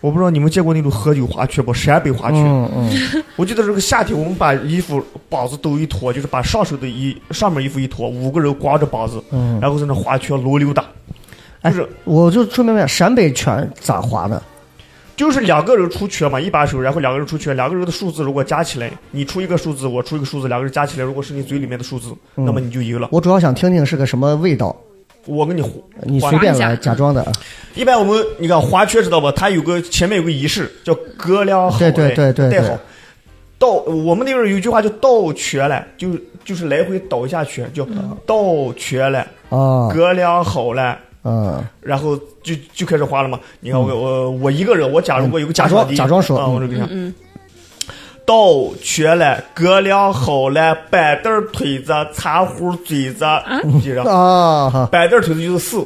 S7: 我不知道你们见过那种喝酒划圈不？陕北划圈，
S4: 嗯嗯，
S7: 我记得这个夏天，我们把衣服膀子都一脱，就是把上手的衣上面衣服一脱，五个人光着膀子，
S4: 嗯
S7: 然后在那划圈轮流打，
S4: 哎
S7: 就是
S4: 我就顺便问，陕北拳咋划的？
S7: 就是两个人出圈嘛，一把手，然后两个人出圈，两个人的数字如果加起来，你出一个数字，我出一个数字，两个人加起来，如果是你嘴里面的数字，
S4: 嗯
S7: 那么你就赢了。
S4: 我主要想听听是个什么味道，
S7: 我跟你互
S4: 你
S7: 划
S4: 随便
S5: 划一
S4: 来，
S5: 下
S4: 假装的啊。
S7: 一般我们你看划圈知道吧？它有个前面有个仪式叫哥俩好，
S4: 对对对对
S7: 带
S4: 对
S7: 好。倒我们那边有一句话叫倒圈嘞，就就是来回倒一下圈，叫倒圈嘞，
S4: 嗯啊，
S7: 哥俩好嘞，
S4: 嗯，
S7: 然后就就开始划了嘛。你看我我我一个人，我假如我有个
S4: 假
S7: 装
S4: 装假装说
S7: 啊，我这个
S5: 嗯
S7: 倒圈嘞，哥俩好嘞，板凳儿腿子，茶壶嘴子，记着。
S4: 啊哈，
S7: 板凳儿腿子就是四，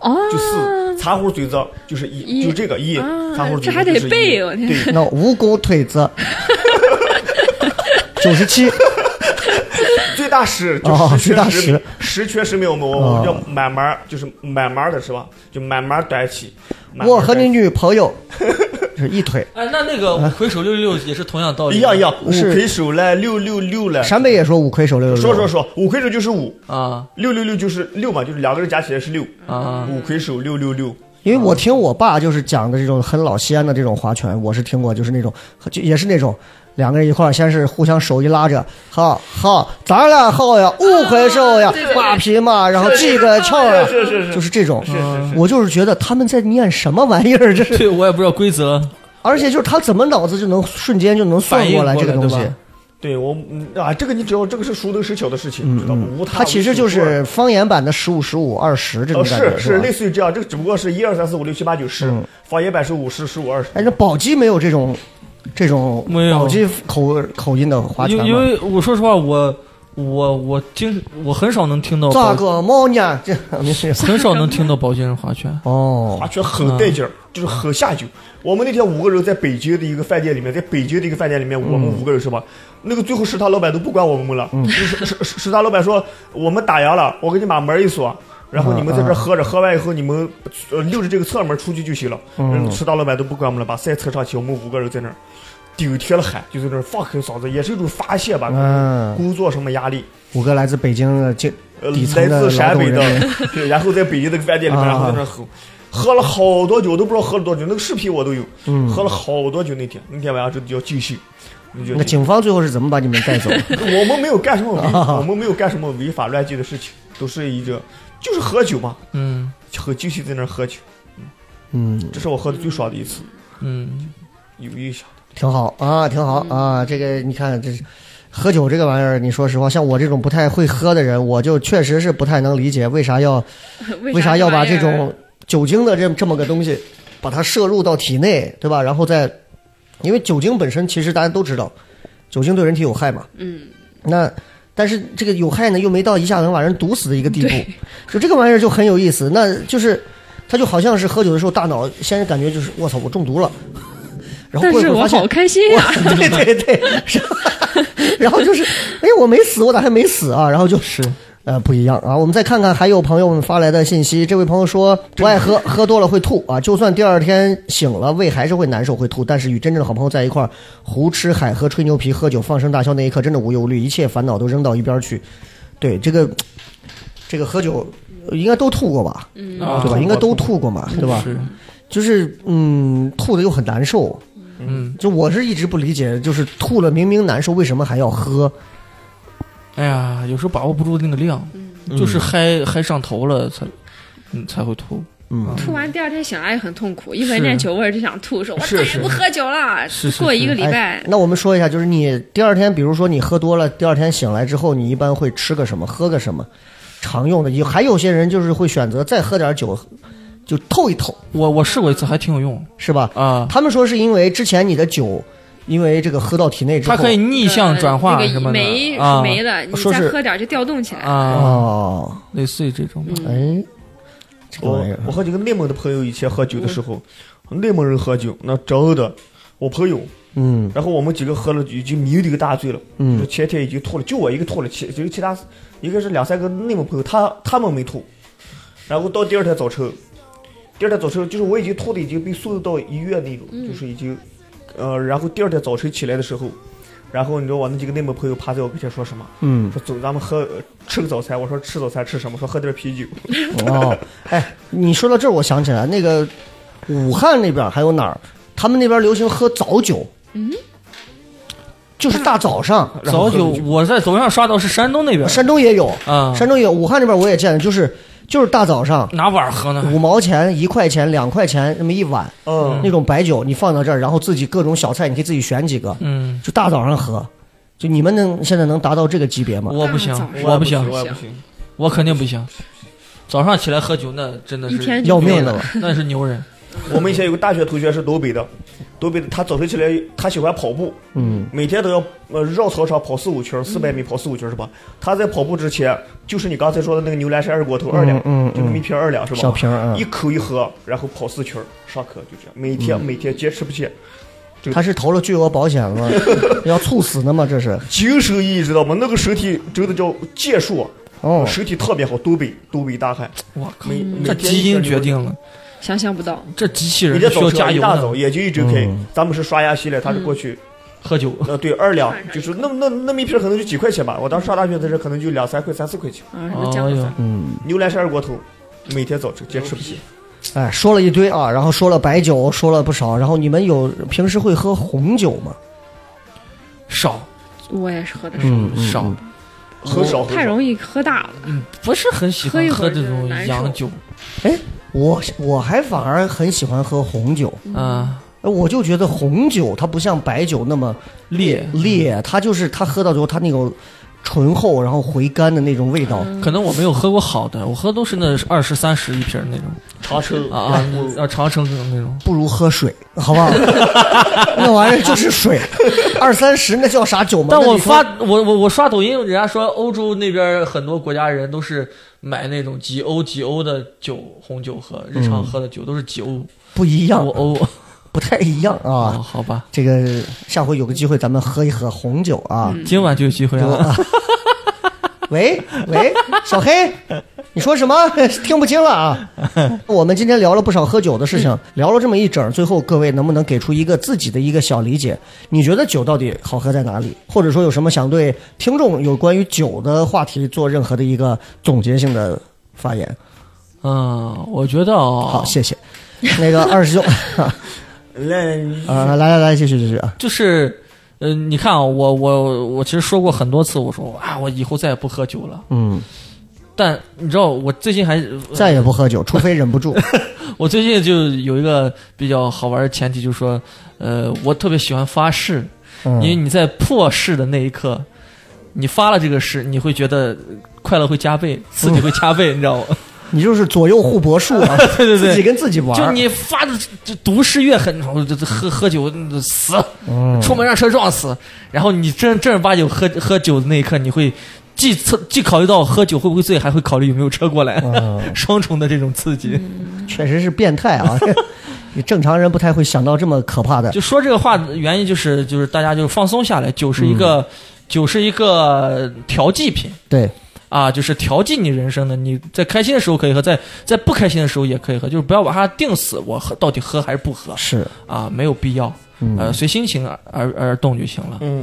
S5: 哦，
S7: 就四，茶壶嘴子就是一，
S5: 一
S7: 就这个一
S5: 啊，
S7: 茶壶
S5: 这
S7: 嘴
S5: 还
S7: 子
S5: 得
S7: 就是一
S5: 背哦我天
S7: 对，
S4: 那五狗腿子，九十七，
S7: 最大十就
S4: 哦
S7: 十
S4: 最大
S7: 缺十
S4: 十哦
S7: 米，十缺十米，我们我们叫慢慢儿，就是慢慢的是吧？就慢慢端起。慢慢
S4: 我和你
S7: 端起
S4: 女朋友是一 腿。
S6: 哎，那那 个回首六六也是同样道理，
S7: 一样一样，五
S4: 是
S7: 魁首嘞，六六六嘞。
S4: 陕北也说五魁首六六六，
S7: 说说说，五魁首就是五，
S6: 啊
S7: 六六六就是六嘛，就是两个人加起来是六。
S6: 啊！
S7: 五魁首六六六，
S4: 因为我听我爸就是讲的这种很老西安的这种划拳，我是听过，就是那种就也是那种两个人一块儿，先是互相手一拉着，好好，咱俩好呀，五魁首
S7: 啊
S4: 呀
S5: 对对，对
S4: 马匹嘛，然后这个翘呀，
S7: 是是是
S4: 就是这种。
S7: 是是是，
S4: 我就是觉得他们在念什么玩意儿， 这是，
S6: 对我也不知道规则，
S4: 而且就是他怎么脑子就能瞬间就能算
S6: 反应
S4: 来
S6: 过
S4: 这个
S6: 来
S4: 东
S6: 对
S4: 西
S6: 吧。
S7: 对我嗯啊，这个你只要这个是熟能生巧的事情，知道吗？无他
S4: 嗯它其实就
S7: 无所谓
S4: 是方言版的十五、十五、二十这种
S7: 哦，
S4: 感觉，
S7: 是是
S4: 吧嗯
S7: 类？似于这样，这个只不过是一二三四五六七八九十，方言版是五十十五二十。
S4: 哎，那宝鸡没有这种这种
S6: 没有
S4: 宝鸡口口音的划
S6: 因
S4: 拳
S6: 因
S4: 吗？
S6: 为我说实话，我我我经我很少能听到
S4: 咋
S6: 宝，
S4: 个猫呢？这没事。
S6: 很少能听到宝鸡人划拳。
S4: 哦
S7: 划，拳啊很带劲儿，就是很下酒。我们那天五个人在北京的一个饭店里面，在北京的一个饭店里面，我们五个人是吧？那个最后食堂老板都不管我们了，
S4: 嗯
S7: 就是食食食堂老板说我们打烊了，我给你把门一锁。然后你们在这儿喝着，喝完以后你们呃溜着这个侧门出去就行了。嗯，食堂老板都不管我们了，把赛车上去，我们五个人在那儿顶贴了喊，就在那儿放狠嗓子，也是一种发泄吧。
S4: 嗯
S7: 工作什么压力，
S4: 五个来自北京的这
S7: 呃，
S4: 底层
S7: 来
S4: 的
S7: 自
S4: 劳
S7: 陕
S4: 动
S7: 北
S4: 人民，
S7: 的，对，然后在北京那个饭店里面，
S4: 啊
S7: 然后在那喝， 喝了好多酒，我都不知道喝了多久，那个视频我都有，
S4: 嗯
S7: 喝了好多酒那天，那天晚上真的叫尽兴，那就
S4: 那警方最后是怎么把你们带 走？
S7: 我们没有干什么违，我们没有干什么违法乱纪的事情，都是一个就是喝酒嘛，
S6: 嗯
S7: 很尽兴在那儿喝酒，
S4: 嗯，
S7: 这是我喝的最爽的一次，
S6: 嗯，
S7: 有印象。
S4: 挺好啊，挺好啊。这个你看，这是喝酒这个玩意儿，你说实话，像我这种不太会喝的人，我就确实是不太能理解为啥要为啥要把这种酒精的这这么个东西，把它摄入到体内，对吧？然后再，因为酒精本身其实大家都知道，酒精对人体有害嘛。
S5: 嗯。
S4: 那但是这个有害呢，又没到一下能把人毒死的一个地步，就这个玩意儿就很有意思。那就是，它就好像是喝酒的时候，大脑先感觉就是我操，我中毒了。 然后
S5: 但
S4: 过一
S5: 是
S4: 会儿
S5: 我
S4: 发现
S5: 好开心 呀、
S4: 我对对对，是 然后就是，哎，我没死，我咋还没死啊？然后就是。呃，不一样啊！我们再看看，还有朋友们发来的信息。这位朋友说，不爱喝，喝多了会吐啊，就算第二天醒了，胃还是会难受，会吐。但是与真正的好朋友在一块儿，胡吃海喝、吹牛皮、喝酒、放声大笑那一刻，真的无忧无虑，一切烦恼都扔到一边儿去。对这个，这个喝酒呃应该都吐过吧，
S6: 啊
S4: 对吧？应该都吐过嘛，对吧？
S6: 是，
S4: 就是嗯，吐的又很难受，
S6: 嗯，
S4: 就我是一直不理解，就是吐了明明难受，为什么还要喝？
S6: 哎呀，有时候把握不住那个量，
S5: 嗯
S6: 就是嗨嗨上头了才，嗯，才会吐。
S4: 嗯，
S5: 吐完第二天醒来也很痛苦，一闻见酒味儿就想吐，说我
S6: 是
S5: 再也
S6: 是
S5: 不喝酒了。
S6: 是是
S5: 过一个礼
S4: 哎
S5: 拜，，
S4: 那我们说一下，就是你第二天，比如说你喝多了，第二天醒来之后，你一般会吃个什么，喝个什么？常用的，有还有些人就是会选择再喝点酒，就透一透，
S6: 我我试过一次，还挺有用
S4: 是吧？
S6: 啊。
S4: 他们说是因为之前你的酒，因为这个喝到体内之后，
S6: 它可以逆向转化
S5: 呃那
S6: 什
S5: 个
S6: 么
S5: 酶
S6: 的
S5: 是
S6: 啊
S5: 酶的，你
S4: 说
S5: 再
S4: 是
S5: 喝点儿就调动起来。嗯
S6: 啊，
S4: 哦，
S6: 类似于这种吧。
S4: 哎，这个
S7: 我
S4: 玩意儿
S7: 我和几个内蒙的朋友一起喝酒的时候，内蒙人喝酒那真的，我朋友，
S4: 嗯
S7: 然后我们几个喝了已经迷这个大醉了，就
S4: 嗯
S7: 前天已经吐了，就我一个吐了，其就其他一个是两三个内蒙朋友，他他们没吐，然后到第二天早晨，第二天早晨就是我已经吐的已经被送到医院那种，就是已经，呃，然后第二天早晨起来的时候，然后你知道我那几个内蒙朋友趴在我跟前说什么？
S4: 嗯，
S7: 说走，咱们喝呃吃个早餐。我说吃早餐吃什么？说喝点啤酒。
S4: 哦，哎，你说到这儿，我想起来那个武汉那边还有哪儿，他们那边流行喝早酒，嗯，就是大早上，
S7: 然
S6: 早
S7: 后喝
S6: 酒
S7: 了酒，
S6: 我在抖音上刷到是山东那边
S4: 山东也有，
S7: 嗯
S6: 啊，
S4: 山东也有，武汉那边我也见了，就是就是大早上
S6: 拿碗喝呢。
S4: 五毛钱、一块钱、两块钱那么一碗
S7: 嗯，
S4: 那种白酒，你放到这儿，然后自己各种小菜，你可以自己选几个，
S6: 嗯，
S4: 就大早上喝。就你们能现在能达到这个级别吗？
S6: 我不行
S5: 大早，上
S6: 我不
S7: 行，
S6: 行，
S7: 我也不行。
S6: 我肯定不行。早上起来喝酒，那真的是
S5: 一天
S4: 要命的了，
S6: 那是牛人。
S7: 我们以前有个大学同学是东北的，东北的，他早晨起来他喜欢跑步，
S4: 嗯，
S7: 每天都要呃绕操场跑四五圈，四百米跑四五圈是吧？他在跑步之前，就是你刚才说的那个牛栏山二锅头二两，
S4: 嗯嗯
S7: 就那么一瓶二两是吧？
S4: 小瓶儿嗯
S7: 一口一喝，然后跑四圈，上课就这样，每
S4: 嗯
S7: 天、每天坚持不懈，
S4: 他是投了巨额保险 了吗？要猝死呢吗？这是
S7: 精神意义知道吗？那个身体真的叫健硕，
S4: 哦，嗯
S7: 身体特别好，东北东北大汉，
S6: 我靠
S7: 每，每
S6: 这
S7: 天
S6: 基因决定了，
S5: 想象不到。
S6: 这机器人
S7: 人家
S6: 需
S7: 早
S6: 要
S7: 晨
S6: 加
S7: 一
S6: 油
S7: 大早
S6: 的。
S7: 眼睛一睁开
S4: 嗯，
S7: 咱们是刷牙洗脸，他是过去
S6: 喝酒，
S7: 呃，对，二两
S6: 嗯
S7: 就是那那那么一瓶可能就几块钱吧。我当时上大学的时候可能就两三块、三四块钱。
S5: 啊，什么酱油
S6: 哎呦
S5: 粉，
S4: 嗯，
S7: 牛栏山二锅头，每天早晨坚持不懈。
S4: 哎，说了一堆啊，然后说了白酒，说了不少，然后你们有平时会喝红酒吗？
S6: 少
S5: 我也是喝的少，
S4: 嗯嗯
S6: 少
S4: 嗯，
S7: 很少，
S5: 哦太容易喝大了。
S6: 嗯，不是很喜
S5: 喝
S6: 欢
S5: 一会儿
S6: 喝这
S5: 就
S6: 种
S5: 难受
S6: 洋酒
S4: 哎，我我还反而很喜欢喝红酒，
S6: 啊，
S4: 哎我就觉得红酒它不像白酒那么
S6: 烈。
S4: 烈，它就是它喝到最后它那种醇厚然后回甘的那种味道。
S6: 可能我没有喝过好的，我喝都是那二十三十一瓶儿那种
S7: 长城
S6: 啊啊
S4: 嗯
S6: 啊，长城那种。
S4: 不如喝水，好不 好？那玩意儿就是水，二三十那叫啥酒吗？
S6: 但
S4: 那
S6: 我
S4: 你说
S6: 发我我我刷抖音，人家说欧洲那边很多国家人都是买那种几欧几欧的酒，红酒喝，日常喝的酒都是几欧
S4: 不一样
S6: 五，欧
S4: 不太一样嗯啊。
S6: 哦好吧，
S4: 这个下回有个机会咱们喝一喝红酒啊。
S6: 今晚就有机会了。
S4: 嗯喂喂，小黑，你说什么？ 听不清了啊！我们今天聊了不少喝酒的事情，聊了这么一整，最后各位能不能给出一个自己的一个小理解？你觉得酒到底好喝在哪里？或者说有什么想对听众有关于酒的话题做任何的一个总结性的发言？
S6: 嗯，我觉得
S4: 好，
S6: 哦，
S4: 谢谢。那个二师兄，
S7: 来，
S4: 啊，来来来，继续继续啊。
S6: 就是。嗯，你看啊，我我我其实说过很多次，我说啊，我以后再也不喝酒了。
S4: 嗯，
S6: 但你知道，我最近还
S4: 再也不喝酒，除非忍不住。
S6: 我最近就有一个比较好玩的前提，就是说，呃，我特别喜欢发誓，因为
S4: 嗯
S6: 你在破誓的那一刻，你发了这个誓，你会觉得快乐会加倍，刺激会加倍，你知道吗？
S4: 你就是左右互搏术啊，
S6: 对对对
S4: 自己跟自己玩儿。
S6: 就你发的这毒誓越狠，然后就喝喝酒嗯死，
S4: 嗯
S6: 出门让车撞死，然后你正正儿八经喝喝酒的那一刻，你会既测既考虑到喝酒会不会醉，还会考虑有没有车过来，
S4: 嗯
S6: 双重的这种刺激。
S4: 确实是变态 啊！你正常人不太会想到这么可怕的。
S6: 就说这个话，原因就是就是大家就是放松下来，酒是一
S4: 嗯
S6: 个、酒是一个调剂品
S4: 对，
S6: 啊，就是调剂你人生的。你在开心的时候可以喝，在在不开心的时候也可以喝，就是不要把它定死，我喝到底喝还是不喝
S4: 是。
S6: 啊，没有必要，
S4: 嗯
S6: 呃，随心情而而而动就行了。
S7: 嗯，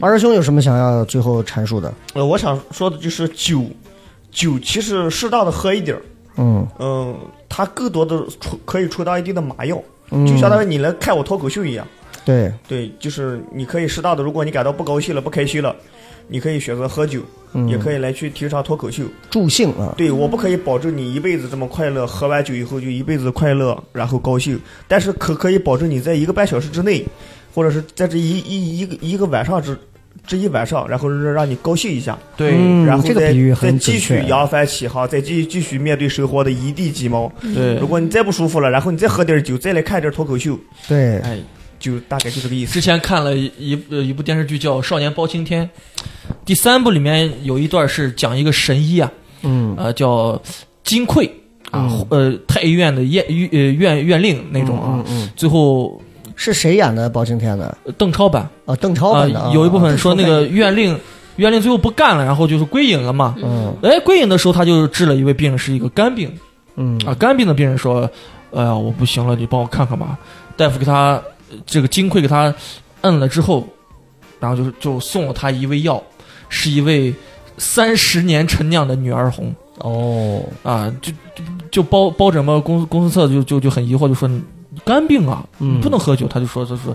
S4: 二师兄有什么想要最后阐述的？
S7: 呃，我想说的就是酒，酒其实适当的喝一点儿，
S4: 嗯
S7: 嗯，它更多的除可以除到一定的麻药，
S4: 嗯
S5: 嗯
S6: 嗯
S7: 就相当于你来看我脱口秀一样。
S4: 对，
S7: 对，就是你可以适当的，如果你感到不高兴了、不开心了，你可以选择喝酒，
S5: 嗯
S7: 也可以来去提倡脱口秀。
S4: 助兴啊，
S7: 对，我不可以保证你一辈子这么快乐，喝完酒以后就一辈子快乐，然后高兴，但是可可以保证你在一个半小时之内，或者是在这一一一个一个晚上之这一晚上，然后让让你高兴一下，
S6: 对，
S4: 嗯
S7: 然后
S4: 这个
S7: 再
S4: 比喻
S7: 再
S4: 很
S7: 继
S4: 准
S7: 续
S4: 确
S7: 扬帆起航，再继续继续面对生活的一地鸡毛。
S6: 对
S7: 如果你再不舒服了，然后你再喝点酒，再来看点脱口秀，
S4: 对，
S6: 哎，
S7: 就大概就这个意思。
S6: 之前看了一一呃一部电视剧叫《少年包青天》，第三部里面有一段是讲一个神医啊，
S4: 嗯
S6: 呃叫金匮啊，呃太医院的院呃院院令那种啊，
S4: 嗯嗯
S6: 最后
S4: 是谁演的包青天的？
S6: 呃邓超版
S4: 啊，邓超
S6: 啊、
S4: 版的啊，
S6: 有一部分说那个院令院令最后不干了，然后就是归隐了嘛。
S4: 嗯
S6: 哎，归隐的时候他就治了一位病人，是一个肝病
S4: 嗯
S6: 啊，肝病的病人说，哎呀我不行了，你帮我看看吧。大夫给他呃这个金匮给他摁了之后，然后就是就送了他一味药，是一味三十年陈酿的女儿红。
S4: 哦，
S6: 啊，就就就包包拯嘛，公公孙策就就就很疑惑，就说你肝病啊，
S4: 嗯
S6: 你不能喝酒。他就说，他说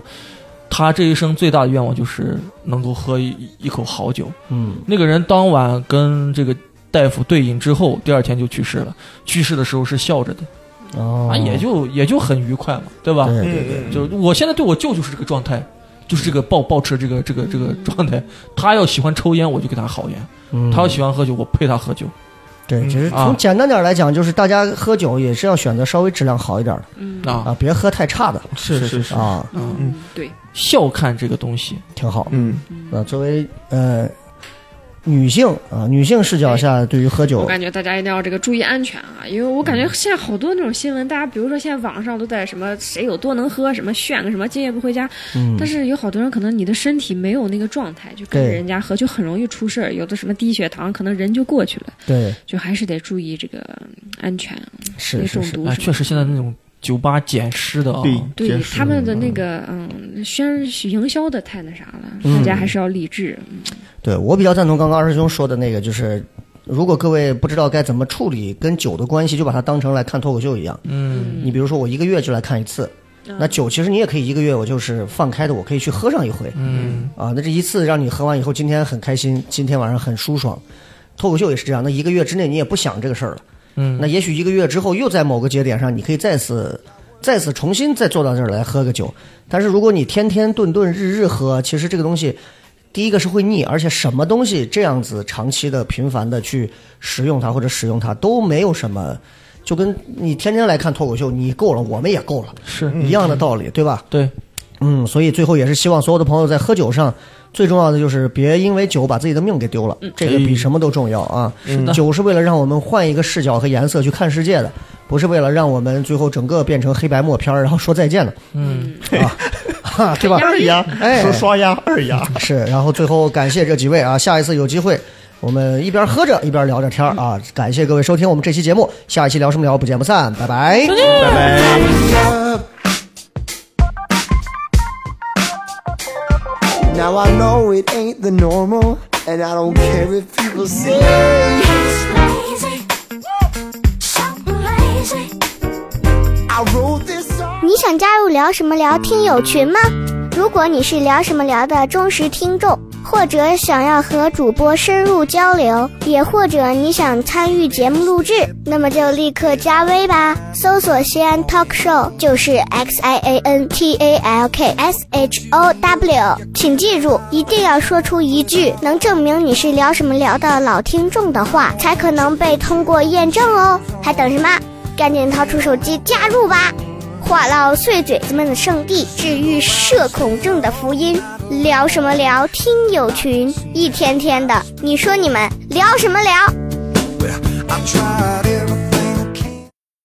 S6: 他这一生最大的愿望就是能够喝一一一口好酒。
S4: 嗯
S6: 那个人当晚跟这个大夫对饮之后，第二天就去世了。去世的时候是笑着的，
S4: 哦，
S6: 啊，也就也就很愉快嘛，对吧？
S4: 对
S7: 嗯
S4: 对
S7: 嗯，
S6: 就是我现在对我舅就是这个状态。就是这个抱抱持这个这个这个状态，他要喜欢抽烟，我就给他好烟；
S4: 嗯
S6: 他要喜欢喝酒，我配他喝酒。
S4: 对，其实
S6: 啊
S4: 从简单点来讲，就是大家喝酒也是要选择稍微质量好一点的
S5: 嗯，
S6: 啊，
S4: 啊，别喝太差的
S6: 是是
S4: 啊，
S5: 嗯，对，
S6: 笑看这个东西，
S4: 挺好。
S7: 嗯，
S4: 呃，作为呃女性啊，女性视角下对于喝
S5: 我
S4: 酒，
S5: 感觉大家一定要这个注意安全啊，因为我感觉现在好多那种新闻，大家比如说现在网上都在什么谁有多能喝，什么炫个什么今夜不回家，
S4: 嗯
S5: 但是有好多人可能你的身体没有那个状态，就跟着
S4: 对
S5: 人家喝就很容易出事儿，有的什么低血糖，可能人就过去了，
S4: 对，
S5: 就还是得注意这个嗯安全，别
S4: 是是
S5: 中
S4: 是，
S5: 毒
S6: 哎，
S5: 什
S6: 确
S5: 么。
S6: 实现在那种酒吧捡尸的啊，
S7: 对，
S4: 嗯
S5: 对
S7: 真是
S5: 他们的那个嗯宣营销的太那啥了，大家还是要理智。
S4: 对我比较赞同刚刚二师兄说的那个，就是如果各位不知道该怎么处理跟酒的关系，就把它当成来看脱口秀一样。
S6: 嗯，
S4: 你比如说，我一个月就来看一次，
S5: 嗯
S4: 那酒其实你也可以一个月，我就是放开的，我可以去喝上一回。
S6: 嗯，
S4: 啊，那这一次让你喝完以后，今天很开心，今天晚上很舒爽。脱口秀也是这样，那一个月之内你也不想这个事儿了。
S6: 嗯，
S4: 那也许一个月之后又在某个节点上，你可以再次、再次重新再坐到这儿来喝个酒。但是如果你天天顿顿日日喝，其实这个东西，第一个是会腻，而且什么东西这样子长期的、频繁的去食用它或者使用它都没有什么，就跟你天天来看脱口秀，你够了，我们也够了，
S6: 是
S4: 一样的道理，对吧？
S6: 对，
S4: 嗯，所以最后也是希望所有的朋友在喝酒上，最重要的就是别因为酒把自己的命给丢了，这个比什么都重要啊！酒是为了让我们换一个视角和颜色去看世界的，不是为了让我们最后整个变成黑白默片儿，然后说再见的，
S6: 嗯，
S4: 哈，对吧？
S7: 二丫，
S4: 哎
S7: 说双丫二丫，
S4: 是，然后最后感谢这几位啊，下一次有机会。我们一边喝着一边聊着天儿啊！感谢各位收听我们这期节目，下一期聊什么聊不见不散，拜拜。
S7: 拜拜。
S3: up. Now I know it ain't the normal, and I don't care if people say I wrote this song.
S1: 你想加入聊什么聊听友群吗？如果你是聊什么聊的忠实听众，或者想要和主播深入交流，也或者你想参与节目录制，那么就立刻加微吧，搜索西安 Talk Show 就是 X I A N T A L K S H O W，请记住，一定要说出一句能证明你是聊什么聊的老听众的话，才可能被通过验证哦。还等什么？赶紧掏出手机加入吧！话唠碎嘴子们的圣地，治愈社恐症的福音。聊什么聊？听友群一天天的，你说你们聊什么聊？
S3: I tried